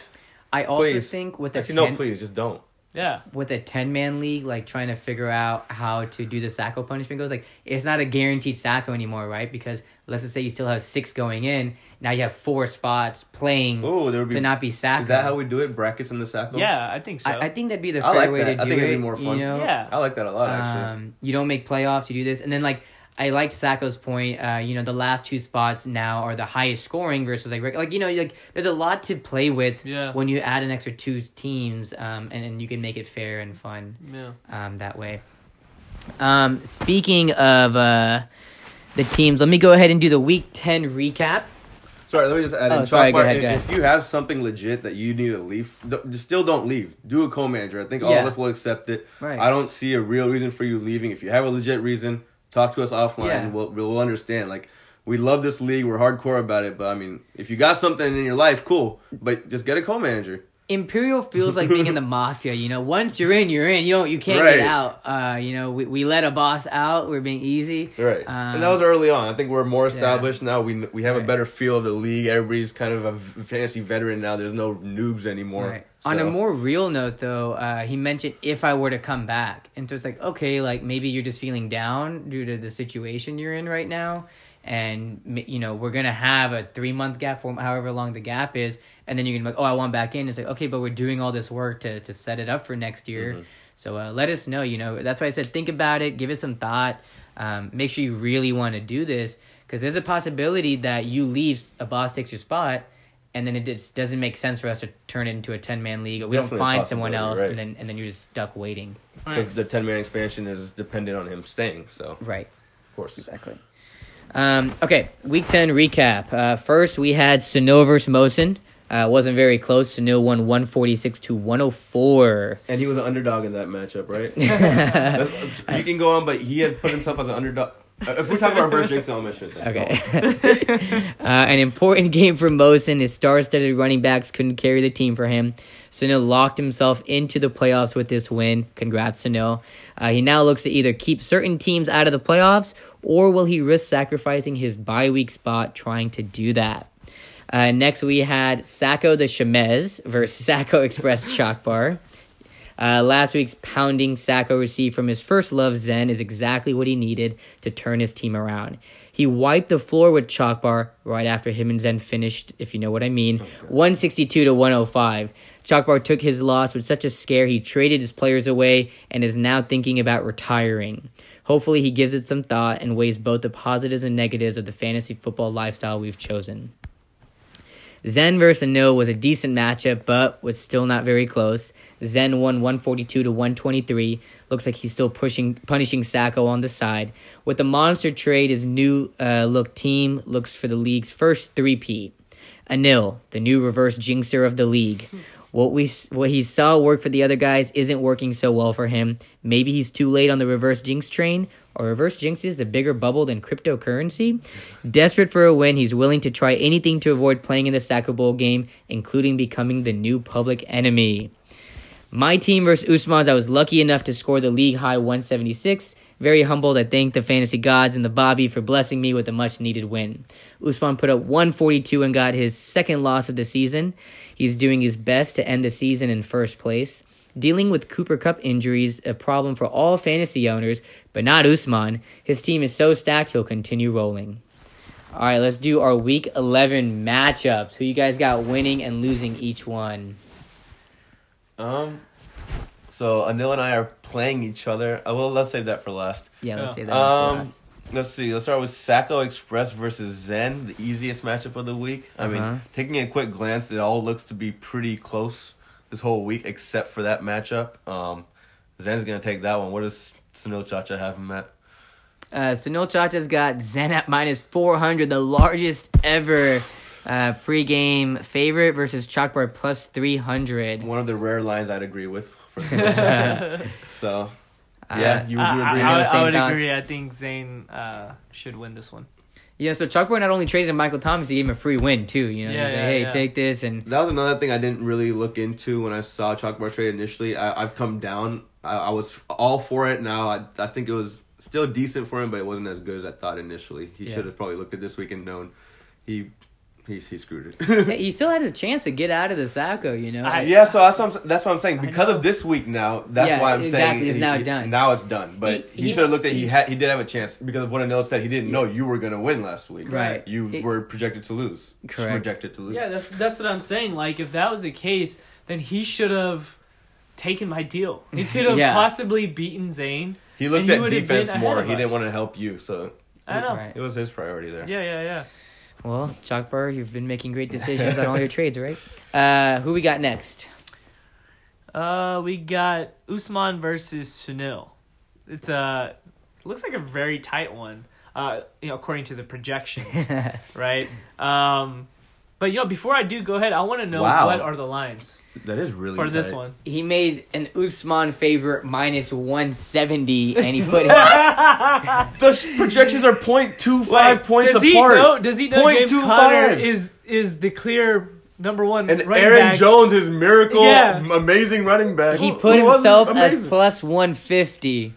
I also
Please.
think with a
Actually,
ten,
no, please, just don't.
Yeah.
with a ten man league, like trying to figure out how to do the sacco punishment goes, like it's not a guaranteed sacco anymore, right? Because let's just say you still have six going in, now you have four spots playing
Oh, there would be.
to not be sacco.
is that how we do it? Brackets in the sacco.
Yeah, I think so.
I, I think that'd be the
I
fair
like
way
that.
to
I
do
think
it.
it'd be more fun.
You know?
yeah.
I like that a lot actually.
Um, you don't make playoffs. You do this, and then like I liked Sacco's point. Uh, you know, the last two spots now are the highest scoring versus like rec- like you know like there's a lot to play with.
Yeah.
When you add an extra two teams, um, and and you can make it fair and fun,
yeah.
um, that way. Um, speaking of uh, the teams, let me go ahead and do the Week Ten recap.
Sorry, let me just add
Oh,
in.
sorry,
Sorry,
go ahead,
if,
go ahead.
if you have something legit that you need to leave, th- just still don't leave. Do a co-manager. I think all
Yeah.
of us will accept it.
Right.
I don't see a real reason for you leaving. If you have a legit reason, talk to us offline.
Yeah.
And we'll we'll understand. Like we love this league. We're hardcore about it. But I mean, if you got something in your life, cool. But just get a co-manager.
Imperial feels like being in
*laughs*
the mafia. You know, once you're in, you're in. You don't, you can't
Right.
get out. Uh, you know, we, we let a boss out. We're being easy.
Right.
Um,
and that was early on. I think we're more established now. We we have
Right.
a better feel of the league. Everybody's kind of a v- fantasy veteran now. There's no noobs anymore.
Right. On a
So-
more real note, though, uh, he mentioned if I were to come back, and so it's like okay, like maybe you're just feeling down due to the situation you're in right now, and m- you know we're gonna have a three month gap for however long the gap is, and then you're gonna be like, oh, I want back in. It's like okay, but we're doing all this work to to set it up for next year. So uh, let us know. You know that's why I said think about it, give it some thought, um, make sure you really want to do this because there's a possibility that you leave, a boss takes your spot and then it just doesn't make sense for us to turn it into a 10 man league. We
Definitely
don't
a
find someone else
possibility,
and then
right.
and then you're just stuck waiting.
because the ten man expansion is dependent on him staying. So
Right.
of course.
Exactly. Um, okay, week 10 recap. Uh, first, we had Sano versus Mosin. Uh, wasn't very close. Sano won 146 to 104.
And he was an underdog in that matchup,
*laughs*
right? That's- you can go on, but he has put himself as an underdog. Uh, If we talk about reverse jinx, I'll miss it. then.
Okay. *laughs* uh, an important *laughs* game for Mosin. His star studded running backs couldn't carry the team for him. Sano locked himself into the playoffs with this win. Congrats, Sano. Uh, he now looks to either keep certain teams out of the playoffs or will he risk sacrificing his bye week spot trying to do that? Uh, next, we had Sacco the Chamez versus *laughs* Sacco Express Chalk Bar. Uh, last week's pounding Sacco received from his first love, Zen, is exactly what he needed to turn his team around. He wiped the floor with Chalk Bar right after him and Zen finished, if you know what I mean, 162 to 105. Chalk Bar took his loss with such a scare he traded his players away and is now thinking about retiring. Hopefully, he gives it some thought and weighs both the positives and negatives of the fantasy football lifestyle we've chosen. Zen versus No was a decent matchup, but was still not very close. Zen won 142 to 123. Looks like he's still pushing, punishing Sacco on the side. With the monster trade, his new uh, look team looks for the league's first three-peat. Anil, the new reverse jinxer of the league. What we s- what he saw work for the other guys isn't working so well for him. Maybe he's too late on the reverse jinx train, or reverse jinx is a bigger bubble than cryptocurrency. Desperate for a win, he's willing to try anything to avoid playing in the Sacco Bowl game, including becoming the new public enemy. My team versus Usman's, I was lucky enough to score the league high 176. Very humbled, I thank the fantasy gods and the Bobby for blessing me with a much needed win. Usman put up 142 and got his second loss of the season. He's doing his best to end the season in first place. Dealing with Cooper Cup injuries, a problem for all fantasy owners, but not Usman. His team is so stacked, he'll continue rolling. All right, let's do our week 11 matchups. Who you guys got winning and losing each one?
Um. So Anil and I are playing each other. Uh, well, let's save that for last.
Yeah, let's
Yeah.
say that. one for
Um.
us.
Let's see. Let's start with Sacco Express versus Zen, the easiest matchup of the week. I
Uh-huh.
mean, taking a quick glance, it all looks to be pretty close this whole week, except for that matchup. Um, Zen's gonna take that one. What does Sunil Chacha have him at?
Uh, Sunil Chacha's got Zen at minus 400, the largest ever uh, pregame favorite versus Chalkbar plus 300.
One of the rare lines I'd agree with.
*laughs*
For Sunil Chacha. so, yeah, you, you agree.
Uh, I, I-
agree
I
on
would-
the same
I would
thoughts?
agree. I think Zane uh, should win this one.
Yeah, so Chalkbar not only traded to Michael Thomas, he gave him a free win, too. You know,
Yeah,
he's like,
yeah,
hey,
yeah.
take this. And
That was another thing I didn't really look into when I saw Chalk Bar Trade initially. I, I've come down. I, I was all for it. Now I, I think it was still decent for him, but it wasn't as good as I thought initially. He
Yeah.
should have probably looked at this week and known he he, he screwed it.
Hey, he still had a chance to get out of the Sacco, you know.
I-
yeah, so that's what I'm, that's what I'm saying. Because
know.
of this week now, that's
Yeah,
why I'm
exactly.
saying
It's
he-
now
he-
done.
Now it's done. But
He-
he,
he-
should have looked at he
he-
had he did have a chance because of what Anil said. He didn't know you were gonna win last week.
Right.
You
He-
were projected to lose. Just
Correct.
Projected to lose.
Yeah, that's that's what I'm saying. Like, if that was the case, then he should have taken my deal.
*laughs*
He could have
Yeah.
possibly beaten Zane.
he looked
and he
at
would've been
defense
ahead
more.
of
He didn't
us.
want to help you, so
I know.
Right.
it was his priority there.
Yeah, yeah, yeah.
Well, Chalk Bar, you've been making great decisions on all your trades, right? Uh, who we got next?
Uh, we got Usman versus Sunil. It's a looks like a very tight one. Uh, you know, according to the projections,
*laughs*
right? Um, but you know, before I do go ahead, I want to know
Wow.
what are the lines
That is really
for this
tight.
one.
he made an Usman favorite minus 170, and he put
*laughs*
him.
The sh- projections are point two five
Wait,
points
does
apart.
he Know, does he know
Point
James
two
Conner
five.
is is the clear number one
and
running
Aaron
back?
Jones is miracle,
Yeah.
m- amazing running back.
he
Who-
put
who Oh, wasn't
himself as
amazing?
plus 150.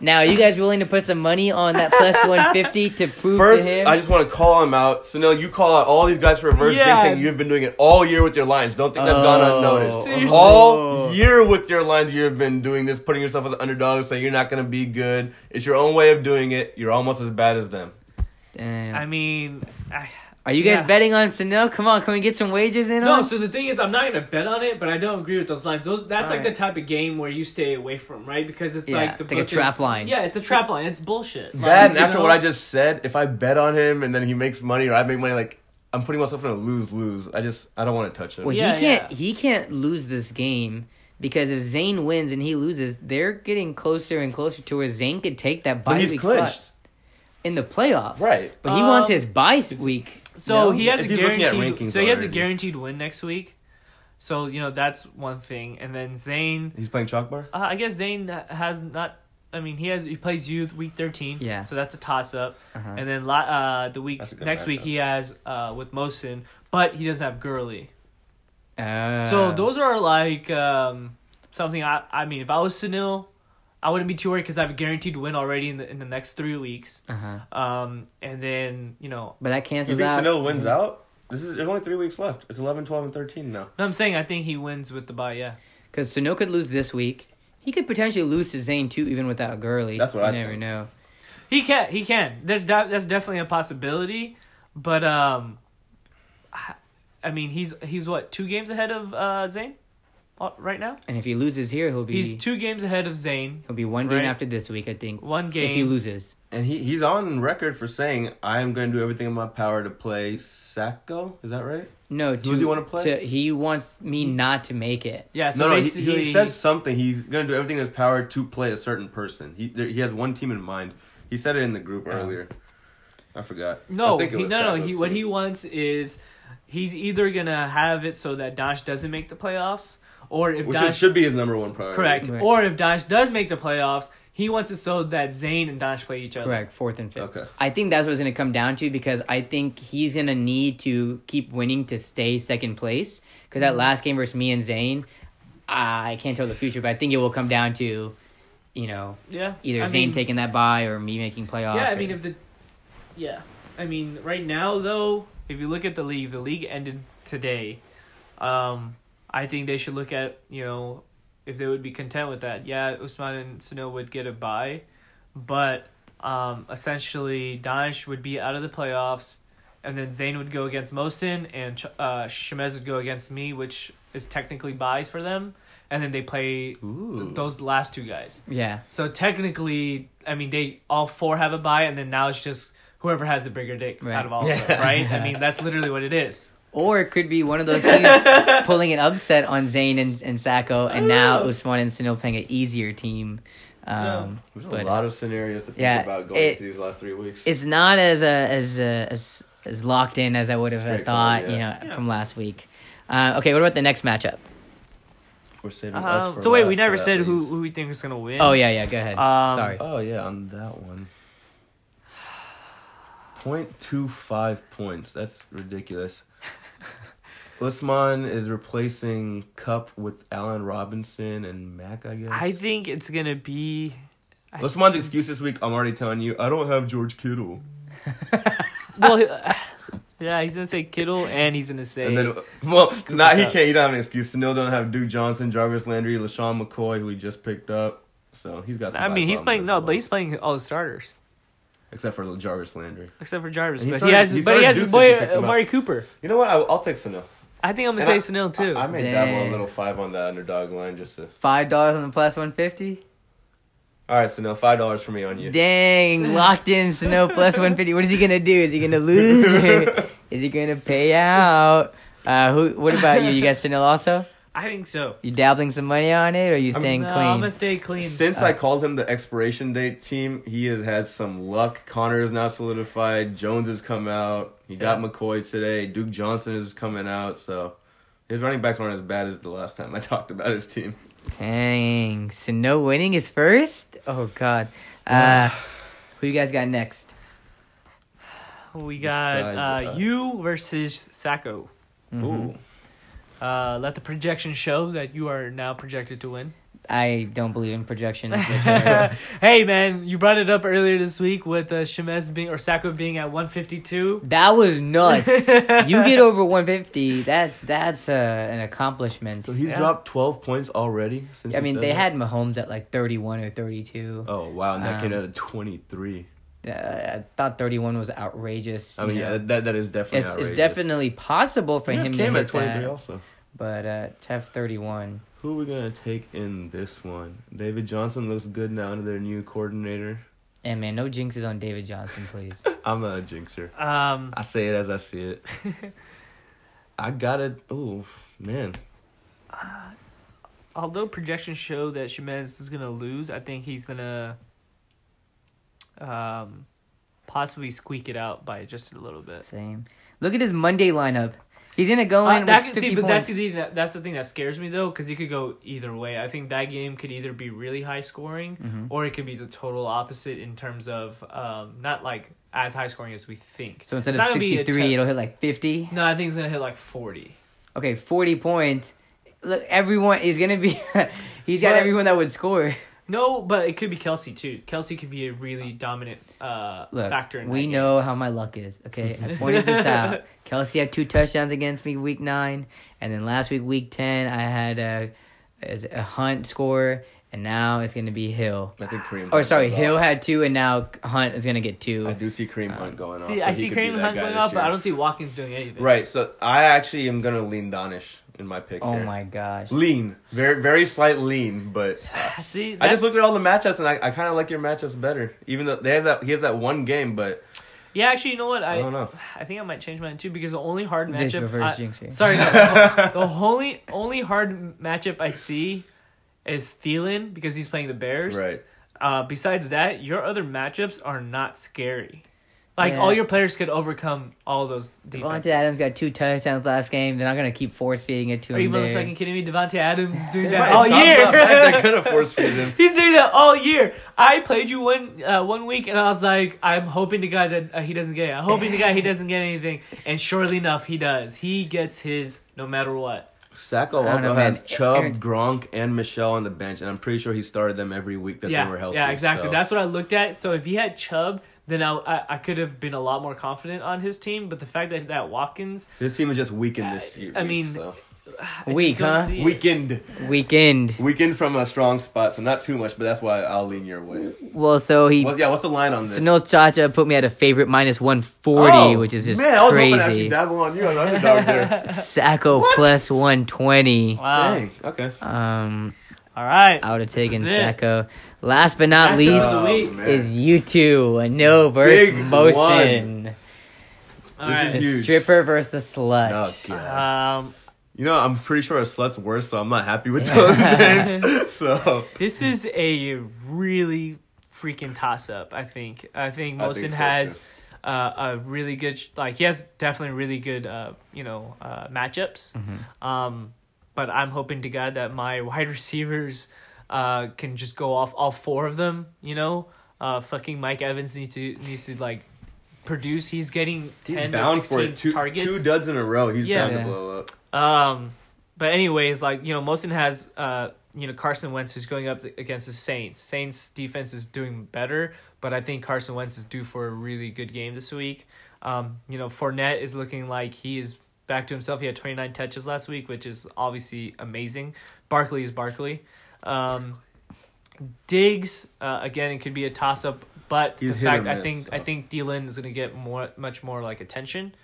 Now, are you guys willing to put some money on that plus 150 to prove
First,
to him?
I just want to call him out. Sunil, you call out all these guys for reverse
Yeah.
jinxing. You've been doing it all year with your lines. Don't think that's
Oh.
gone unnoticed.
Seriously.
All year with your lines, you've been doing this, putting yourself as an underdog, saying you're not going to be good. It's your own way of doing it. You're almost as bad as them.
Damn.
I mean, I,
are you guys
yeah.
betting on Sunil? Come on, can we get some wagers in
no.
on?
So the thing is, I'm not gonna bet on it, but I don't agree with those lines. Those that's like
Alright.
the type of game where you stay away from, right? Because it's
Yeah,
like the
it's like a
book is-
trap line.
Yeah, it's a trap line. It's bullshit. Like,
That and
you
after
know?
what I just said, if I bet on him and then he makes money or I make money, like I'm putting myself in a lose lose. I just I don't want to touch him.
well,
Yeah,
he can't.
yeah.
He can't lose this game because if Zane wins and he loses, they're getting closer and closer to where Zane could take that bye
but he's
week spot
clinched.
in the playoffs.
Right.
but he wants
Um,
his bye week.
So
No?
he has a
If you're looking at
guaranteed.
rankings
So he has a
already.
guaranteed win next week. So you know that's one thing, and then Zane.
He's playing chalk bar?
Uh, I guess Zane has not. I mean, he has he plays youth week thirteen.
Yeah.
So that's a toss up.
Uh-huh.
And then la- uh, the week
That's a good
next week
matchup.
he has uh, with Mosin, but he doesn't have Gurley.
Uh,
So those are like um, something. I I mean, if I was Sunil, I wouldn't be too worried because I have a guaranteed win already in the in the next three weeks.
Uh.
Uh-huh.
Um, and then you know,
But that
You
cancels
think
out.
Sunil wins out? This is there's only three weeks left. It's 11, 12, and 13 now.
I'm saying I think he wins with the bye. Yeah.
Because Sunil could lose this week. He could potentially lose to Zane too, even without Gurley.
That's what
you
I
never
think.
know.
He can. He can. There's de- that's definitely a possibility, but um, I, I mean he's he's what two games ahead of uh Zane, uh, right now.
And if he loses here, he'll be
He's two games ahead of Zane.
he'll be one game
right.
after this week, I think.
One game.
If he loses,
And he, he's on record for saying, I'm going to do everything in my power to play Sacco. Is that right?
no.
does he wanna play?
to- he wants me not to make it.
yeah. So
no, no, he,
basically,
he said something. He's going to do everything in his power to play a certain person. He, there, he has one team in mind. He said it in the group earlier. I forgot.
No,
I think it
he,
was
no, no.
Sacco's
He, what
team.
he wants is he's either gonna have it so that Dash doesn't make the playoffs, or if
Which is,
Dash
should be his number one priority.
correct,
Right.
or if Dash does make the playoffs, he wants it so that Zane and Dash play each other.
Correct, fourth and fifth.
Okay.
I think that's what it's going to come down to because I think he's going to need to keep winning to stay second place. Because
Mm.
that last game versus me and Zane, I can't tell the future, but I think it will come down to, you know,
Yeah.
either
I
Zane
mean,
taking that bye or me making playoffs.
Yeah, I
or-
mean if the Yeah. I mean right now though, if you look at the league, the league ended today. Um I think they should look at, you know, if they would be content with that. Yeah, Usman and Sunil would get a bye, but um essentially Danish would be out of the playoffs and then Zane would go against Mosin and Ch- uh Shemez would go against me, which is technically buys for them. And then they play
Ooh.
those last two guys.
yeah.
So technically, I mean, they all four have a bye, and then now it's just whoever has the bigger dick
Right.
out of all of them, right? I
*laughs*
mean, that's literally what it is.
Or it could be one of those things
*laughs*
pulling an upset on Zayn and, and Sacco, and now
Ooh.
Usman and Sunil playing an easier team. Um,
There's
but
a lot of scenarios to think
Yeah,
about going
it-
through these last three weeks.
it's not as uh, as uh, as as locked in as I would have
Straightforward,
thought, you know,
yeah.
Yeah.
from last week. Uh, okay, what about the next matchup?
We're saving us
Um,
for
so wait,
last
we never
for that
said who,
reason.
who we think is gonna win.
Uh-huh. Oh yeah, yeah. Go ahead.
Um,
Sorry.
Oh yeah, on that one. 0.25 points. That's
*laughs*
ridiculous. Usman is replacing Cup with Allen Robinson and Mac, I guess.
I think it's gonna be.
Usman's excuse this week, I'm already telling you, I don't have George Kittle. *laughs*
well, *laughs* he- yeah, he's gonna say Kittle, and he's gonna say
And then, *laughs* well, not he
up.
can't. You don't have an excuse. Sunil don't have Duke Johnson, Jarvis Landry, LaShawn McCoy, who he just picked up. So he's got. Some
I
bad
mean, he's
problems
playing
as
no,
well.
but he's playing all the starters
except for Jarvis Landry.
except for Jarvis.
And he
But he
started-
has,
he
but he
started
has his
Duke since
boy
you picked him up.
Amari Cooper.
You know what? I, I'll take Sunil.
I think I'm gonna
And
say Sunil too.
I, I may dabble a
Dang.
little five on the underdog line just to.
Five dollars on the plus one fifty.
All right, Sunil, five dollars for me on *laughs* you.
*laughs*
Dang, locked in Snow plus one fifty. What is he gonna do? Is he gonna lose?
*laughs*
it? is he gonna pay out? Uh, who? What about you? You got Snow also?
I think so.
You dabbling some money on it, or you staying
no, I'm
clean?
gonna stay clean.
Since I called him the expiration date team, he has had some luck. Connor is now solidified. Jones has come out. He got
Yeah.
McCoy today. Duke Johnson is coming out. So his running backs aren't as bad as the last time I *laughs* talked about his team.
Dang, Snow winning is first. Oh God.
*sighs*
Uh, who you guys got next?
we got
Besides
uh,
us.
you versus Sacco.
Ooh.
Uh, let the projection show that you are now projected to win. *laughs*
I don't believe in projections. whatsoever.
hey man, you brought it up earlier this week with uh, Shemez being or Sacco being at 152.
*laughs* that was nuts. you get over 150. That's that's uh, an accomplishment.
So he's
Yeah.
dropped 12 points already since
I
he
mean,
said
they
that?
had Mahomes at like 31 or 32.
Oh, wow. And that came
Um,
out at 23.
Uh, I thought 31 was outrageous.
I
you
mean,
know.
yeah, that, that is definitely
it's, it's
outrageous.
definitely possible for
Yeah, it
him to
came
hit
at 23
that,
also.
but uh, to have 31.
Who are we going to take in this one? David Johnson looks good now under their new coordinator.
And man, no jinxes on David Johnson, please.
I'm not a jinxer.
Um,
I say it as I see it. *laughs* I got it. Oh man,
although projections show that Shemez is gonna lose, I think he's gonna um, possibly squeak it out by just a little bit.
Same. Look at his Monday lineup. He's gonna go
Uh,
in
that
with
could
50
see, but
points.
that's the thing that, that's the thing that scares me though, because it could go either way. I think that game could either be really high scoring,
Mm-hmm.
or it could be the total opposite in terms of um, not like as high scoring as we think.
so instead
It's
of
not gonna be a
63,
ten-
it'll hit like 50.
no, I think it's gonna hit like forty.
Okay, 40 points. Look, everyone is gonna be. *laughs* he's got
But-
everyone that would score.
No, but it could be Kelsey too. Kelsey could be a really dominant uh,
Look,
factor. in
we
that
know how my luck is. Okay, I pointed
*laughs*
this out. Kelsey had two touchdowns against me week nine, and then last week, week ten, I had a, is it a Hunt score, and now it's gonna be Hill.
I think
Oh,
Kareem.
Or
Hunt
sorry,
goes
Hill
off.
had two, and now Hunt is gonna get
I
two.
do see Kareem Hunt going
game.
off.
Uh, See,
so
I
he
see
could be
Kareem
that
Hunt
guy
going
this
up, but I
year.
don't see Watkins doing anything.
Right, so I actually am gonna lean Donish in my pick.
Oh
here.
my gosh.
Lean, very very slight lean, but
*sighs*
I
See,
just
that's-
looked at all the matchups and I, I kind of like your matchups better. Even though they have that, he has that one game, but
Yeah, actually, you know what? I,
I don't know.
I think I might change mine too because the only hard
There's
matchup.
reverse
I-
jinx here.
*laughs*
Sorry, no, the, the only only hard matchup I see is Thielen because he's playing the Bears.
right.
Uh, besides that, your other matchups are not scary. Like
Yeah.
all your players could overcome all those
Devontae
defenses.
Adams got two touchdowns last game. They're not gonna keep force feeding it to
Are you
him. there.
motherfucking kidding me? Devontae Adams is
Right,
doing that all
it's not
year.
bad. That
*laughs*
could have forced feed him.
He's doing that all year. I played you one uh, one week, and I was like, I'm hoping to God that uh, he doesn't get it. I'm hoping to God he doesn't get anything. And surely enough, he does. He gets his no matter what.
Sacco
I don't
also
know,
has
man.
Chubb,
Aaron-
Gronk, and Michelle on the bench, and I'm pretty sure he started them every week that they were
yeah,
healthy.
yeah, exactly.
so-
That's what I looked at. So if he had Chubb, then I, I I could have been a lot more confident on his team. But the fact that that Watkins,
This team is just weakened this
I-
year.
I
week,
mean-
so.
I just
Weak,
don't
huh?
see it. *laughs*
weakened,
Weekend.
weakened from a strong spot, so not too much, but that's why I'll lean your way.
Well, so he.
Well, yeah, what's the line on this?
Sunil Chacha put me at a favorite minus 140,
Oh,
which is just
man, I was hoping to actually
crazy.
dabble on you on underdog
*laughs*
there.
Sacco plus 120.
Wow.
Dang. Okay.
Um,
All right.
I would have taken
This is it.
Sacco. Last but not
Matchup
least
of the week.
Oh, man.
is you two, a no versus
Big
Mosin.
All
this
right.
is
The
Huge.
stripper versus the slut.
Oh, God.
Um,
you know, I'm pretty sure a slut's worse, so I'm not happy with
*laughs*
those names. *laughs* so
This is a really freaking toss up. I think. I think
I
Mosin
think so,
has uh, a really good, sh- like he has definitely really good, uh, you know, uh, matchups.
Mm-hmm.
Um, but I'm hoping to God that my *laughs* wide receivers uh, can just go off all four of them. You know, uh, fucking Mike Evans needs to needs to like produce. He's getting
he's
ten to
bound for
sixteen
it. Two,
targets.
two duds in a row. He's
Yeah.
bound
Yeah.
to blow up.
Um, but anyways, like you know, Mosin has uh you know Carson Wentz who's going up against the Saints. Saints defense is doing better, but I think Carson Wentz is due for a really good game this week. Um, you know, Fournette is looking like he is back to himself. He had 29 touches last week, which is obviously amazing. Barkley is Barkley. Um, Diggs uh, again, it could be a toss up, but
He's
the
hit or
fact I
miss,
think I
so.
think Dylan is going to get more much more like attention.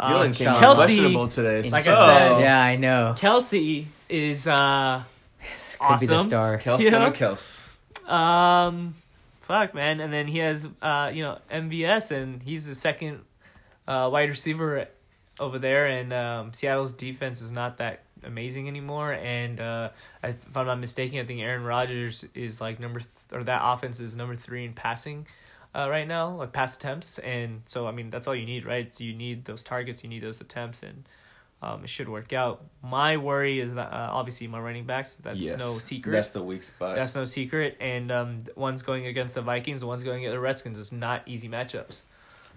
Dylan
Um,
came out
Kelsey-
questionable today.
Like I
so-
said,
yeah, I know.
Kelsey is uh,
Could
awesome.
be the star.
Kelsey,
you
yeah.
know?
Kels.
Um, fuck, man. And then he has, uh, you know, MVS, and he's the second uh, wide receiver over there. And um, Seattle's defense is not that amazing anymore. And uh, I, if I'm not mistaken, I think Aaron Rodgers is like number, th- or that offense is number three in passing. Uh, right now, like pass attempts, and so I mean that's all you need, right? So you need those targets, you need those attempts, and um, it should work out. My worry is that uh, obviously my running backs. That's
Yes.
no secret.
That's the weak spot.
That's no secret. And um, one's going against the Vikings, one's going against the Redskins. It's not easy matchups.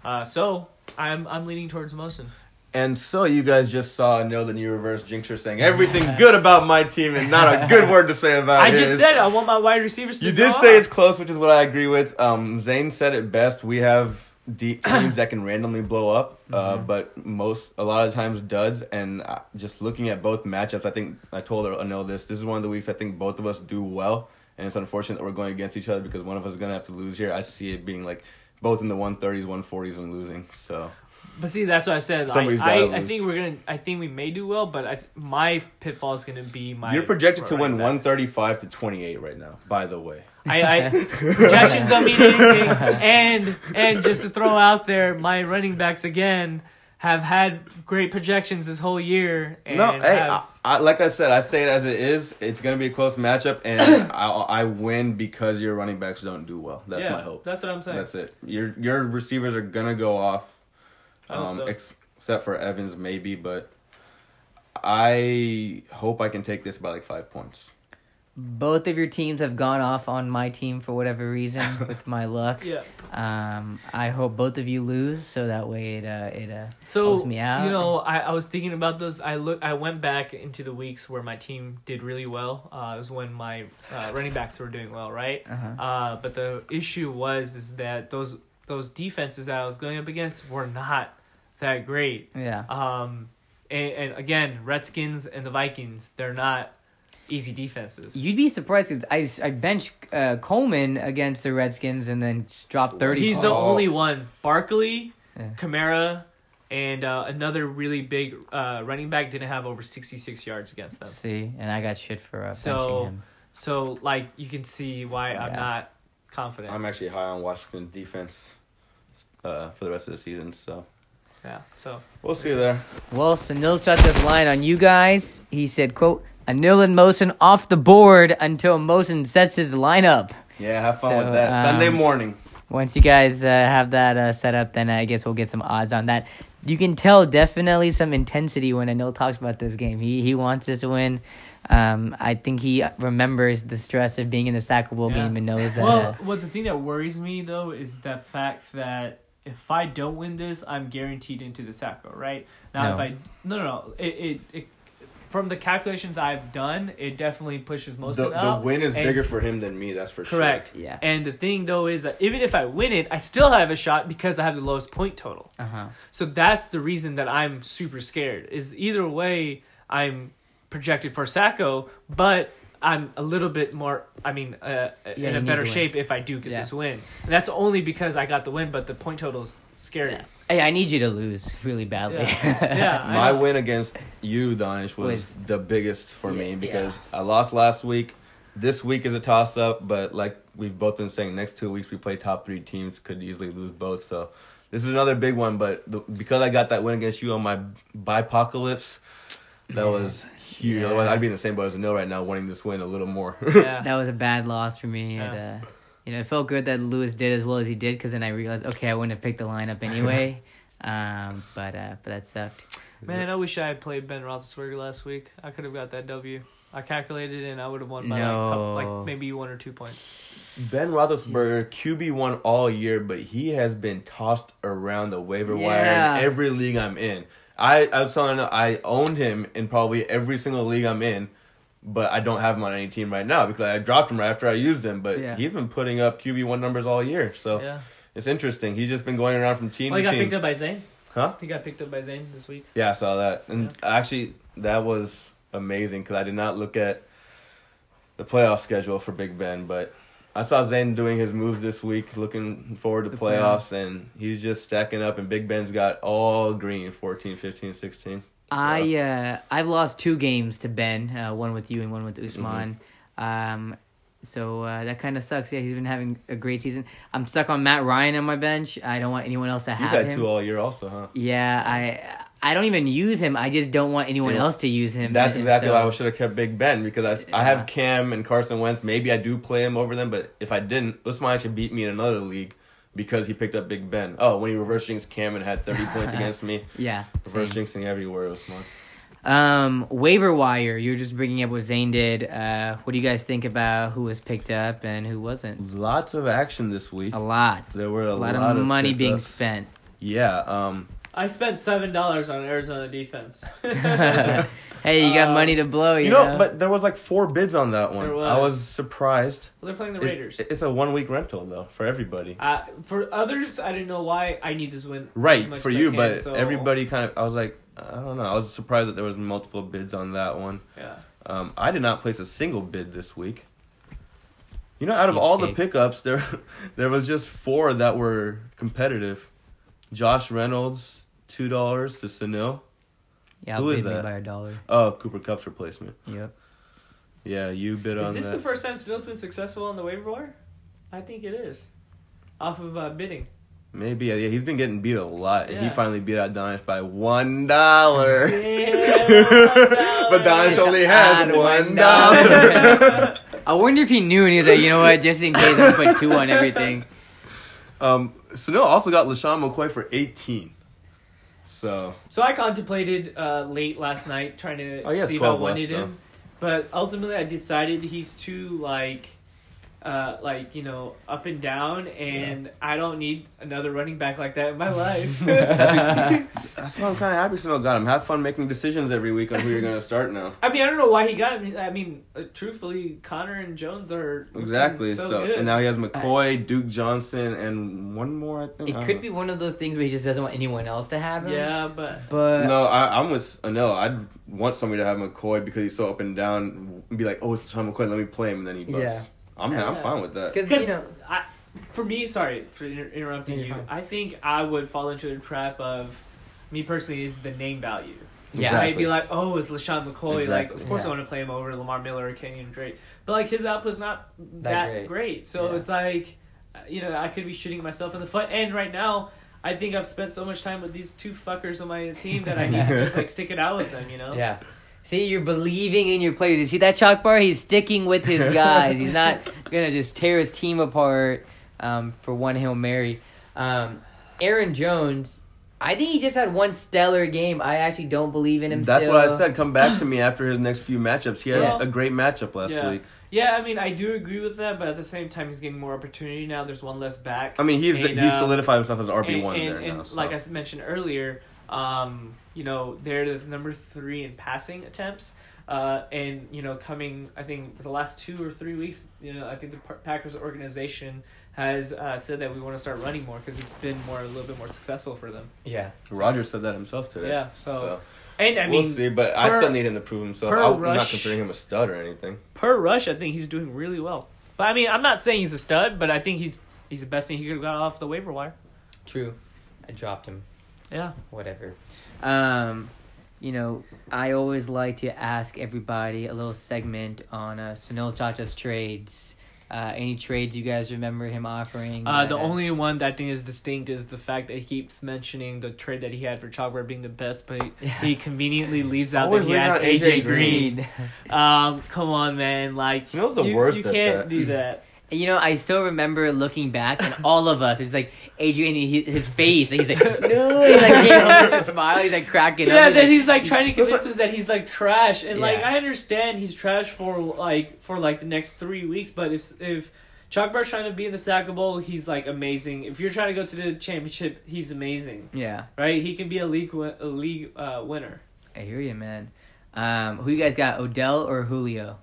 Uh, so I'm I'm leaning towards Motion.
And so you guys just saw and know the new reverse jinxer saying everything good about my team and not a
*laughs*
good word to say about
I
Uh, it.
just said I want my wide receivers. to
you did
go
say
up.
it's close, which is what I agree with. Um, Zane said it best. We have deep teams that can randomly blow up, uh, but most a lot of times duds. And uh, just looking at both matchups, I think I told Anil this. This is one of the weeks I think both of us do well, and it's unfortunate that we're going against each other because one of us is gonna have to lose here. I see it being like both in the one thirties, one forties, and losing. So
But see, that's what I said. I,
Somebody's
I,
gotta
I
lose.
think we're gonna. I think we may do well, but I, my pitfall is gonna be my.
you're projected to win one
running backs.
thirty five to twenty eight right now. By the way.
I, I projections don't mean anything. And and just to throw out there, my running backs again have had great projections this whole year. And
No, hey,
have-
I, I, like I said, I say it as it is. It's gonna be a close matchup,
*clears throat*
and I, I win because your running backs don't do well. That's
yeah,
my hope. That's,
That's what I'm saying.
it. Your your receivers are gonna go off,
I hope
um,
so.
ex- except for Evans maybe, but I hope I can take this by like five points.
Both of your teams have gone off on my team for whatever
*laughs*
reason with my luck.
Yeah.
Um, I hope both of you lose so that way it uh, it uh,
So
helps me out.
you know, I, I was thinking about those. I look, I went back into the weeks where my team did really well. Uh, it was when my uh, running backs were doing well, right?
Uh-huh.
Uh, but the issue was is that those those defenses that I was going up against were not that great.
yeah.
Um, and, and again, Redskins and the Vikings, they're not easy defenses.
You'd be surprised because I, s- I benched uh, Coleman against the Redskins and then dropped 30
He's the
points.
only one. Barkley,
Yeah.
Kamara, and uh, another really big uh, running back didn't have over 66 yards against *laughs* them.
See, and I got shit for uh, benching
So,
him.
so like you can see why I'm
Yeah.
not confident.
I'm actually high on Washington defense uh, for the rest of the season, so
yeah. So
we'll see there.
Well, Sunil shot this line on you guys. He said, quote, Anil and Mosin off the board until Mosin sets his lineup.
Yeah, have fun
So,
with that
um,
Sunday morning.
Once you guys uh, have that uh, set up, then I guess we'll get some odds on that. You can tell definitely some intensity when Anil talks about this game. He he wants this win. Um, I think he remembers the stress of being in the Sacco Bowl
Yeah.
game and knows that. uh,
well, what the thing that worries me though is the fact that if I don't win this, I'm guaranteed into the sacco, right? Now if
No.
I no no, no it, it it from the calculations I've done, it definitely pushes most
The,
of up.
the win is
Oh, and-
bigger for him than me. That's for sure.
Correct.
Yeah.
And the thing though is that even if I win it, I still have a shot because I have the lowest point total.
uh-huh.
So that's the reason that I'm super scared. Is either way I'm projected for Sacco, but I'm a little bit more. I mean, uh,
Yeah,
in
you
a
need
better
to win.
shape if I do get
Yeah.
this win. And that's only because I got the win, but the point total's scary. Yeah,
Hey, I need you to lose really badly. *laughs*
yeah. I
My
know.
win against you, Donish, was,
Was-
the biggest for me
Yeah.
because I lost last week. This week is a toss up, but like we've both been saying, next two weeks we play top three teams, could easily lose both. So this is another big one, but the, because I got that win against you on my bipocalypse, that was huge.
Yeah.
Otherwise, I'd be in the same boat as Anil right now, wanting this win a little more. *laughs*
*laughs*
Yeah.
that was a bad loss for me.
Yeah.
And, uh, you know, it felt good that Lewis did as well as he did because then I realized, okay, I wouldn't have picked the lineup
*laughs*
anyway. um, but uh, but that sucked.
Man, I wish I had played Ben Roethlisberger last week. I could have got that W. I calculated and I would have won by like,
No.
couple, like maybe one or two points.
ben Roethlisberger, QB one all year, but he has been tossed around the waiver
Yeah.
wire in every league I'm in. I, I was telling you, I owned him in probably every single league I'm in, But I don't have him on any team right now because I dropped him right after I used him. But
Yeah.
he's been putting up QB one numbers all year, so
Yeah.
it's interesting. He's just been going around from team
Oh, he
to
got
team.
picked up by Zane.
Huh?
He got picked up by Zane this week.
Yeah, I saw that, and actually that was amazing because I did not look at the playoff schedule for Big Ben, but I saw Zane doing his moves this week, looking forward to
The
playoffs, and he's just stacking up. And Big Ben's got all green 14, 15, 16.
I uh, I've lost two games to Ben, uh, one with you and one with
Mm-hmm.
Usman. Um, so uh, that kind of sucks. Yeah, he's been having a great season. I'm stuck on Matt Ryan on my bench. I don't want anyone else to
You've
have
had
him.
two all year, also, huh?
yeah, I I don't even use him. I just don't want anyone
Yeah.
else to use him.
That's
And
exactly
so-
why I should have kept Big Ben because I I
Yeah.
have Cam and Carson Wentz. Maybe I do play him over them, but if I didn't, Usman actually beat me in another league because he picked up Big Ben. Oh, when he reverse jinxed Cam and had
*laughs*
thirty points against me,
Yeah.
reverse
same.
jinxing everywhere, Usman.
Um, waiver wire. You were just bringing up what Zane did. Uh, what do you guys think about who was picked up and who wasn't?
Lots of action this week.
A lot.
There were
A
a,
lot, of money being
pickups. *laughs*
spent. *laughs*
Yeah, um,
I spent seven dollars on Arizona defense. *laughs*
hey, you got
Um,
money to blow. You,
you know, but there was like four bids on that one.
There
I
was.
was surprised.
Well, they're playing the
It-
Raiders.
it's a one week rental though for everybody.
uh, for others, I didn't know why I need this win.
Right
as much
for
as I
you,
can,
but
so-
everybody kind of. I was like, I don't know. I was surprised that there was multiple bids on that one.
Yeah.
Um, I did not place a single bid this week. You know, out of all the
Cheapskate.
pickups, there *laughs* there was just four that were competitive. Josh Reynolds, two dollars to Sunil.
yeah,
who is
outbid me
that?
by a dollar.
Oh, Cooper Cup's replacement.
Yep.
Yeah, you bid on
Is this
that.
the first time Snow's been successful on the waiver wire? I think it is. Off of uh, bidding.
Maybe yeah, yeah, he's been getting beat a lot, and
Yeah.
he finally beat out Donish by one dollar. *laughs* but Donish only
Add
has
one
one dollar.
I wonder if he knew, and he was like, you know what? Just in case, I put two on everything.
*laughs* Um, Sunil also got LaShawn McCoy for 18. So, *laughs*
So I contemplated uh, late last night trying to
Oh, he has
see if I
12
wanted
left,
him, but ultimately I decided he's too like, uh, like you know, up and down, and I don't need another running back like that
*laughs*
in my life.
That's that's why I'm kind of happy Sunil got him. Have fun making decisions every week on who you're going to start now.
I mean, I don't know why he got him. I mean, uh, truthfully, Connor and Jones are looking
Exactly. So,
so, good.
and now he has McCoy, Duke Johnson, and one more, I think. I
*laughs* It
don't
could
know.
be one of those things where he just doesn't want anyone else to have him.
yeah, but
But
No, I, I'm with Anel. I'd want somebody to have McCoy because he's so up and down and be like, oh, it's Sean McCoy, let me play him, and then he busts. I'm, I'm
Yeah.
fine with that.
because
Because
you know,
I, for me, sorry for inter- interrupting
Yeah,
you.
you're fine.
I think I would fall into the trap of me personally is the name value.
yeah,
Exactly.
I'd be like, oh, it's Lashawn McCoy. Like,
Exactly.
of course
Yeah.
I want to play him over Lamar Miller or Kenyon Drake. But like his output's not that,
great.
great. So
Yeah.
it's like, uh, you know, I could be shooting myself in the foot. And right now. I think I've spent so much time with these two fuckers on my team that I need to just like stick it out with them, you
*laughs*
know.
yeah. See, you're believing in your players. You see that chalk bar? He's sticking with
*laughs*
his guys. He's not gonna just tear his team apart um, for one hail mary. Um, Aaron Jones, I think he just had one stellar game. I actually don't believe in him.
That's
still.
what I said. Come back
*clears throat*
to me after his next few matchups. He had
Yeah.
a great matchup last
Yeah.
week.
Yeah, I mean, I do agree with that, but at the same time, he's getting more opportunity now. There's one less back.
I mean, he's the,
And,
he
uh,
solidified himself as RB
and,
one
and-
there
and
now. So.
like I s- mentioned earlier, um, you know, they're the number three in passing attempts. Uh, and you know, coming, I think for the last two or three weeks, you know, I think the Pa- Packers organization has uh, said that we want to start running more because it's been more a little bit more successful for them.
Yeah.
Roger said that himself today.
Yeah, so,
So,
and I
we'll
mean,
see, but I
per-
still need him to prove himself.
per
I'll- I'm not
rush-
considering him a stud or anything.
per rush, I think he's doing really well. But I mean, I'm not saying he's a stud, but I think he's he's the best thing he could have got off the waiver wire.
True. I dropped him.
Yeah.
whatever. Um, you know, I always like to ask everybody a little segment on uh, Sunil Chacha's trades. Uh, any trades you guys remember him offering?
Uh, the
that- *laughs*
only one that I think is distinct is the fact that he keeps mentioning the trade that he had for Chalker being the best, but he,
Yeah.
he conveniently leaves out
Always
that he
leaving
has
out
AJ,
AJ
Green. Um, come on, man! Like
You know what's the worst
You
at
can't
that?
do that.
*laughs* You know, I still remember looking back, and all of us, it was like Adrian, he, his face, like, he's
*laughs*
like, no, he's like, he has a smile, he's like cracking up.
Yeah,
He's
then
like-
he's like trying to convince us that he's like trash, and like
Yeah.
I understand he's trash for like for like the next three weeks, but if if Chalkbar's trying to be in the Sack Bowl, he's like amazing. If you're trying to go to the championship, he's amazing,
yeah,
right? He can be a league win- a league uh, winner.
I hear you, man. Um, who you guys got, Odell or Julio?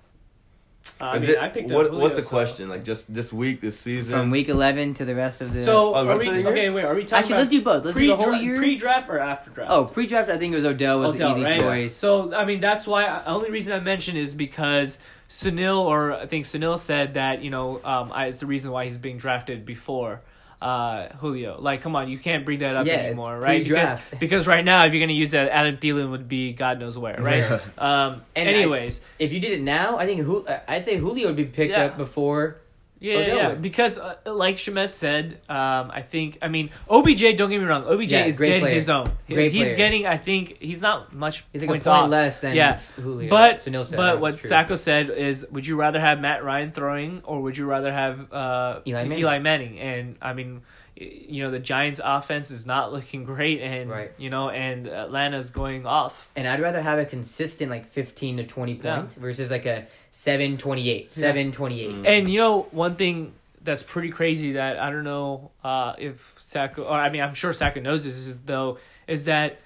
Uh, I
Is
mean,
it-
I picked up
what,
Julio,
What's the
so-
question? Like just this week, this season.
From week 11 to the rest of the.
Oh,
So are
this
we,
is-
okay? Wait, are we talking
Actually,
about
let's do both. Let's do the
pre-dra-
whole year.
pre-draft or after draft?
oh, pre draft, I think it was Odell was
Odell,
an easy
right?
choice.
So I mean, that's why. I- Only reason I mentioned is because Sunil, or I think Sunil said that you know, um, I, it's the reason why he's being drafted before uh Julio. Like, come on, you can't bring that up
Yeah, it's
anymore, right? Because,
pre-draft.
because right now, if you're gonna use that, Adam Thielen would be God knows
*laughs*
where, right? um.
And I-
anyways,
if you did it now, I think Jul- uh, I'd say Julio would be picked
Yeah.
up before.
Yeah, yeah,
Odell
yeah.
would.
because uh, like Shemes said, um, I think I mean OBJ. Don't get me wrong, OBJ
Yeah,
is
great
getting
player.
his own. He-
Great
he's
player.
getting. I think he's not much.
He's like
points
a point
off.
less than
yeah.
Julio.
But
Sunil said
but
that's
what
true.
Sacco said is, would you rather have Matt Ryan throwing or would you rather have uh,
Eli Manning.
Manning? And I mean, y- you know, the Giants' offense is not looking *laughs* great, and
Right.
you know, and Atlanta's going off.
And I'd rather have a consistent like 15 to 20
Yeah.
points versus like a 7 28. 7 28.
And you know, one thing that's pretty crazy that I don't know uh, if Sacco, or I mean, I'm sure Sacco knows this is though, is that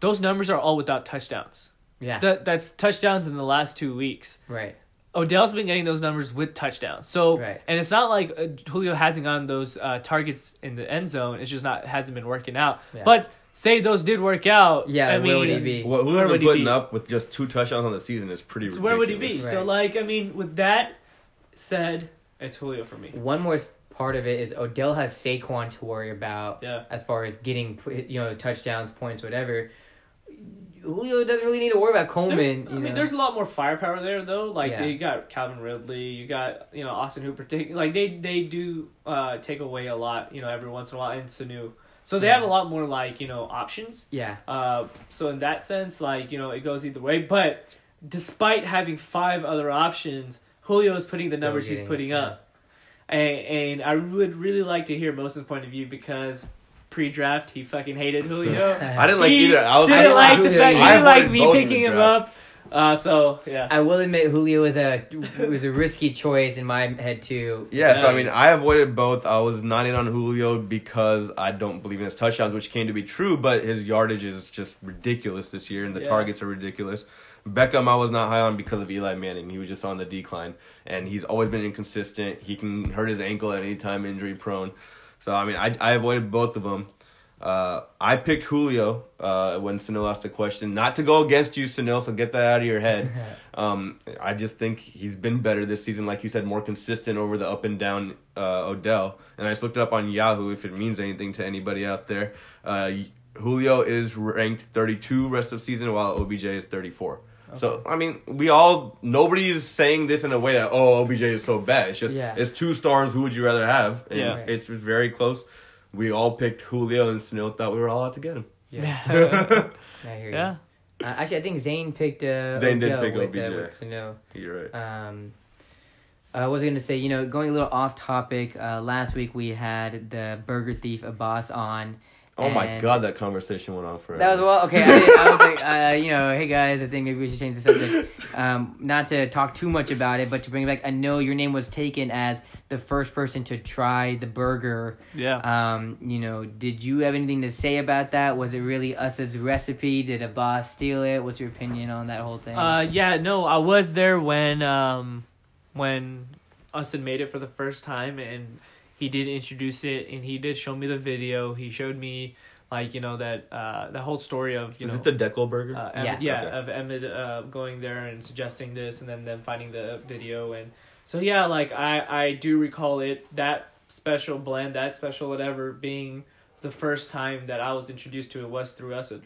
those numbers are all without touchdowns.
Yeah.
That that's touchdowns in the last two weeks.
right.
Odell's been getting those numbers with touchdowns. So,
Right.
and it's not like uh, Julio hasn't gotten those uh, targets in the end zone. It's just not hasn't been working out.
Yeah.
But say those did work out.
Yeah,
I mean,
where would he be?
What
Where
Julio's been
would he
putting
be?
up with just two touchdowns on the season is pretty.
Where would he be?
ridiculous.
So,
Right.
like, I mean, with that said, it's Julio for me.
One more s- part of it is Odell has Saquon to worry about
Yeah.
as far as getting p- you know touchdowns, points, whatever. Julio doesn't really need to worry about
There-
Coleman.
I
you
mean,
know.
there's a lot more firepower there though. Like
Yeah.
you got Calvin Ridley, you got you know Austin Hooper. Take, like they they do uh, take away a lot, you know, every once in a while and Sanu. So they have a lot more like you know options.
yeah.
Uh, so in that sense, like you know, it goes either way. But despite having five other options, Julio is putting the
Still
numbers he's
getting-
putting
yeah.
up, and, and I would really like to hear Moses' point of view because pre-draft he fucking
*laughs*
hated Julio.
I didn't *laughs* like
He
either. I was
didn't
I
like
like
the
Julio.
fact he
I
didn't like
wanted
me
both in
picking
the
him
draft.
up. Uh, so yeah.
I will admit Julio was a was a risky choice in my head too.
Yeah, so
Yeah.
I mean, I avoided both. I was not in on Julio because I don't believe in his touchdowns, which came to be true, but his yardage is just ridiculous this year, and the
Yeah.
targets are ridiculous. Beckham, I was not high on because of Eli Manning. He was just on the decline, and he's always been inconsistent. He can hurt his ankle at any time, injury prone. So, I mean, I, I avoided both of them. Uh, I picked Julio uh, when Sunil asked the question. Not to go against you, Sunil, so get that out of your head. um, I just think he's been better this season, like you said, more consistent over the up and down uh, Odell. And I just looked it up on Yahoo if it means anything to anybody out there. Uh, Julio is ranked 32 rest of season, while OBJ is 34. So I mean, we all nobody is saying this in a way that oh OBJ is so bad. It's just
Yeah.
it's two stars. Who would you rather have? And
Yeah.
it's- it's very close. We all picked Julio and Sunil thought we were all out to get
*laughs*
him.
I hear you.
yeah.
Uh, actually, I think Zane picked uh,
Zane did
Odell
pick
with,
OBJ.
Uh, with Sano.
You're right.
Um, I was going to say, you know, going a little off topic. Uh, last week we had the burger thief Abbas on.
oh my
and-
god, that conversation went on forever.
That was well. Okay, I, did, I was like, uh, you know, hey guys, I think maybe we should change the subject. Um, not to talk too much about it, but to bring it back, I know your name was taken as the first person to try the burger.
Yeah.
Um, you know, did you have anything to say about that? Was it really us's recipe? Did Abbas steal it? What's your opinion on that whole thing?
Uh, yeah, no, I was there when um, when Austin made it for the first time, and he did introduce it, and he did show me the video. He showed me like you know that uh, the whole story of you
Is
know
it the Deckel Burger?
uh,
Yeah.
Emmett, yeah,
Okay.
of Emmett uh, going there and suggesting this, and then them finding the video, and so yeah, like I I do recall it that special blend, that special whatever being the first time that I was introduced to it was through Usad.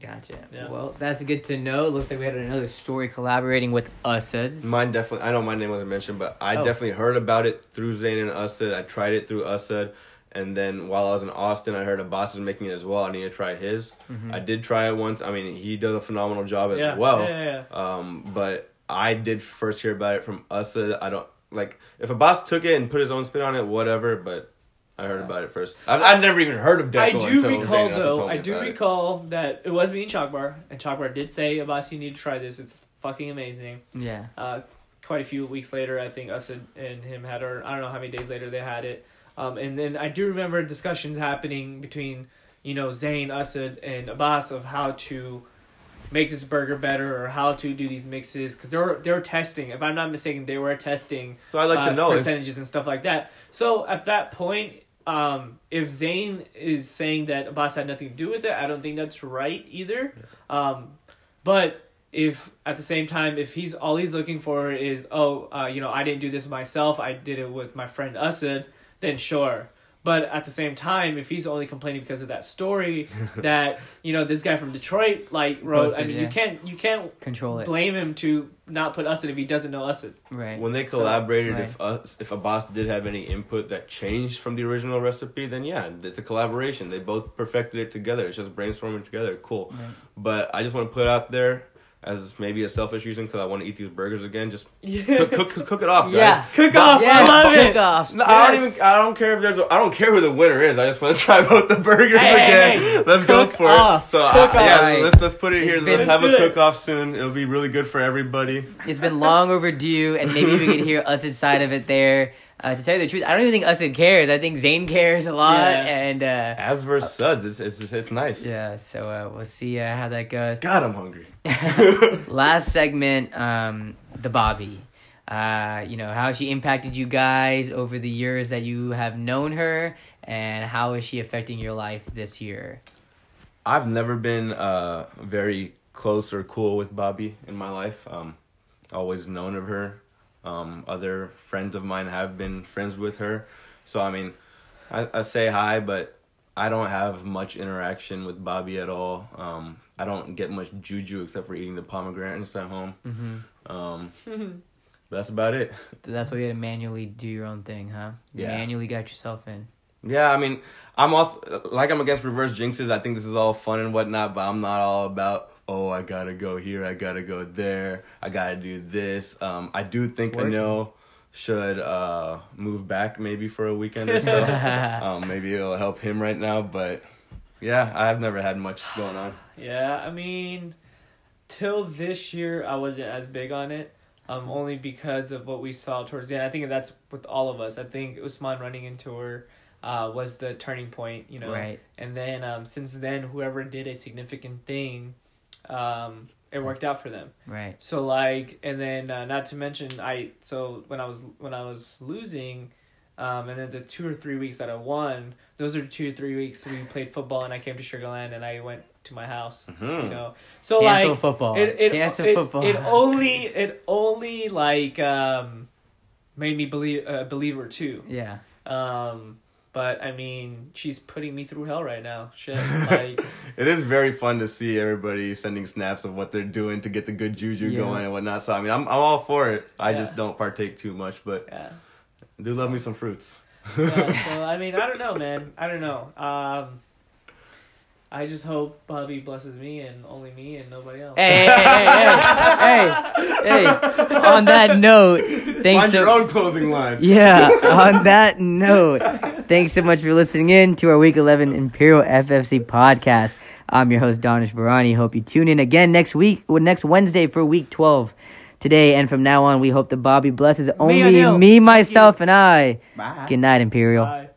Gotcha.
Yeah.
Well, that's good to know. Looks like we had another story collaborating with Usads.
Mine definitely. I know my name wasn't mentioned, but I
Oh.
definitely heard about it through Zayn and Usad. I tried it through Usad, and then while I was in Austin, I heard Abbas was making it as well. I need to try his. I did try it once. I mean, he does a phenomenal job as
Mm-hmm. Yeah,
well.
yeah, yeah,
Um, but I did first hear about it from Usad. I don't like if Abbas took it and put his own spin on it, whatever. But I heard about it first. I've, I've never even heard of Deco.
I do
until Zayn
recall
and Usad
though.
told me
I do
about it.
recall that it was me and Chalkbar, and Chalkbar did say, "Abbas, you need to try this. It's fucking amazing."
Yeah.
Uh, quite a few weeks later, I think us and, and him had, or I don't know how many days later they had it. Um, and then I do remember discussions happening between you know Zayn, Usad, and Abbas of how to make this burger better or how to do these mixes because they're they're testing. If I'm not mistaken, they were testing
So I'd like
uh,
to know if,
percentages and stuff like that. So at that point, um, if Zayn is saying that Abbas had nothing to do with it, I don't think that's right either. Um, but if at the same time, if he's all he's looking for is oh, uh, you know, I didn't do this myself, I did it with my friend Usad, then sure. But at the same time, if he's only complaining because of
*laughs*
that story, that you know this guy from Detroit like wrote, I
Posted,
mean,
yeah.
you can't you can't
Control it.
blame him to not put Usad if he doesn't know Usad.
Right.
when they collaborated,
So,
if us, if Abbas did have any input that changed from the original recipe, then yeah, it's a collaboration. They both perfected it together. It's just brainstorming together. Cool.
Right.
But I just want to put it out there as maybe a selfish reason because I want to eat these burgers again.
*laughs*
Just cook, cook, cook, cook it off, guys.
Yeah.
Cook off,
Yes,
I love it.
Cook off.
No, I don't
Yes.
even. I don't care if there's. A, I don't care who the winner is. I just want to *laughs* try both the burgers
Hey, hey,
again.
hey.
Let's go
Cook
for
off.
it. So I,
Cook
yeah,
off. Right.
let's let's put it here.
It's
Let's
been-
have
Let's
a
do it.
cook off soon. It'll be really good for everybody.
It's been long overdue, and maybe we could hear us inside of it there. Uh, to tell you the truth, I don't even think Usid cares. I think Zayn cares a lot,
Yeah.
and uh,
Abs versus suds. It's it's it's nice.
yeah. So uh, we'll see uh, how that goes.
God, I'm hungry.
*laughs*
*laughs*
Last segment, um, the Bobby. Uh, you know how she impacted you guys over the years that you have known her, and how is she affecting your life this year?
I've never been uh, very close or cool with Bobby in my life. Um, always known of her. Um, other friends of mine have been friends with her. So, I mean, I, I say hi, but I don't have much interaction with Bobby at all. Um, I don't get much juju except for eating the pomegranates at home.
Mm-hmm.
Um, that's about it.
So that's why you had to manually do your own thing, huh? You
Yeah.
Manually got yourself
*laughs*
in.
Yeah, I mean, I'm also like I'm against reverse jinxes. I think this is all fun and whatnot, but I'm not all about. Oh, I gotta go here. I gotta go there. I gotta do this. Um, I do think
It's working.
Anil should uh move back maybe for a weekend or so.
*laughs*
um, maybe it'll help him right now. But yeah, I've never had much going on.
Yeah, I mean, till this year, I wasn't as big on it. Um, only because of what we saw towards the end. I think that's with all of us. I think Usman running into her, uh, was the turning point. You know,
Right.
and then um, since then, whoever did a significant thing, um, it worked out for them.
Right.
So like, and then uh, not to mention, I so when I was when I was losing, um, and then the two or three weeks that I won, those are two or three weeks we played football, and I came to Sugarland, and I went to my house. You know, so
Cancel
like
Mm-hmm. football.
it it,
Cancel
it,
football.
it only it only like um, made me believe a believer too.
*laughs* yeah.
Um, but I mean, she's putting me through hell right now. Shit,
*laughs*
like.
It is very fun to see everybody sending snaps of what they're doing to get the good juju
Yeah.
going and whatnot. So I mean, I'm I'm all for it. I just
Yeah.
don't partake too much, but
Yeah.
I do love me some fruits. *laughs*
yeah, Uh, so I mean, I don't know, man. I don't know. Um, I just hope Bobby blesses me and only me and nobody else.
Hey, hey, hey, hey, hey,
*laughs*
hey. On that note, thanks
Find your
so
own clothing line.
Yeah, on that note, thanks so much for listening in to our Week 11 Imperial FFC podcast. I'm your host, Donish Barani. Hope you tune in again next week, well, next Wednesday for Week 12. Today and from now on, we hope that Bobby blesses only
Anil.
me, myself, and I.
Bye.
Good night, Imperial.
Bye.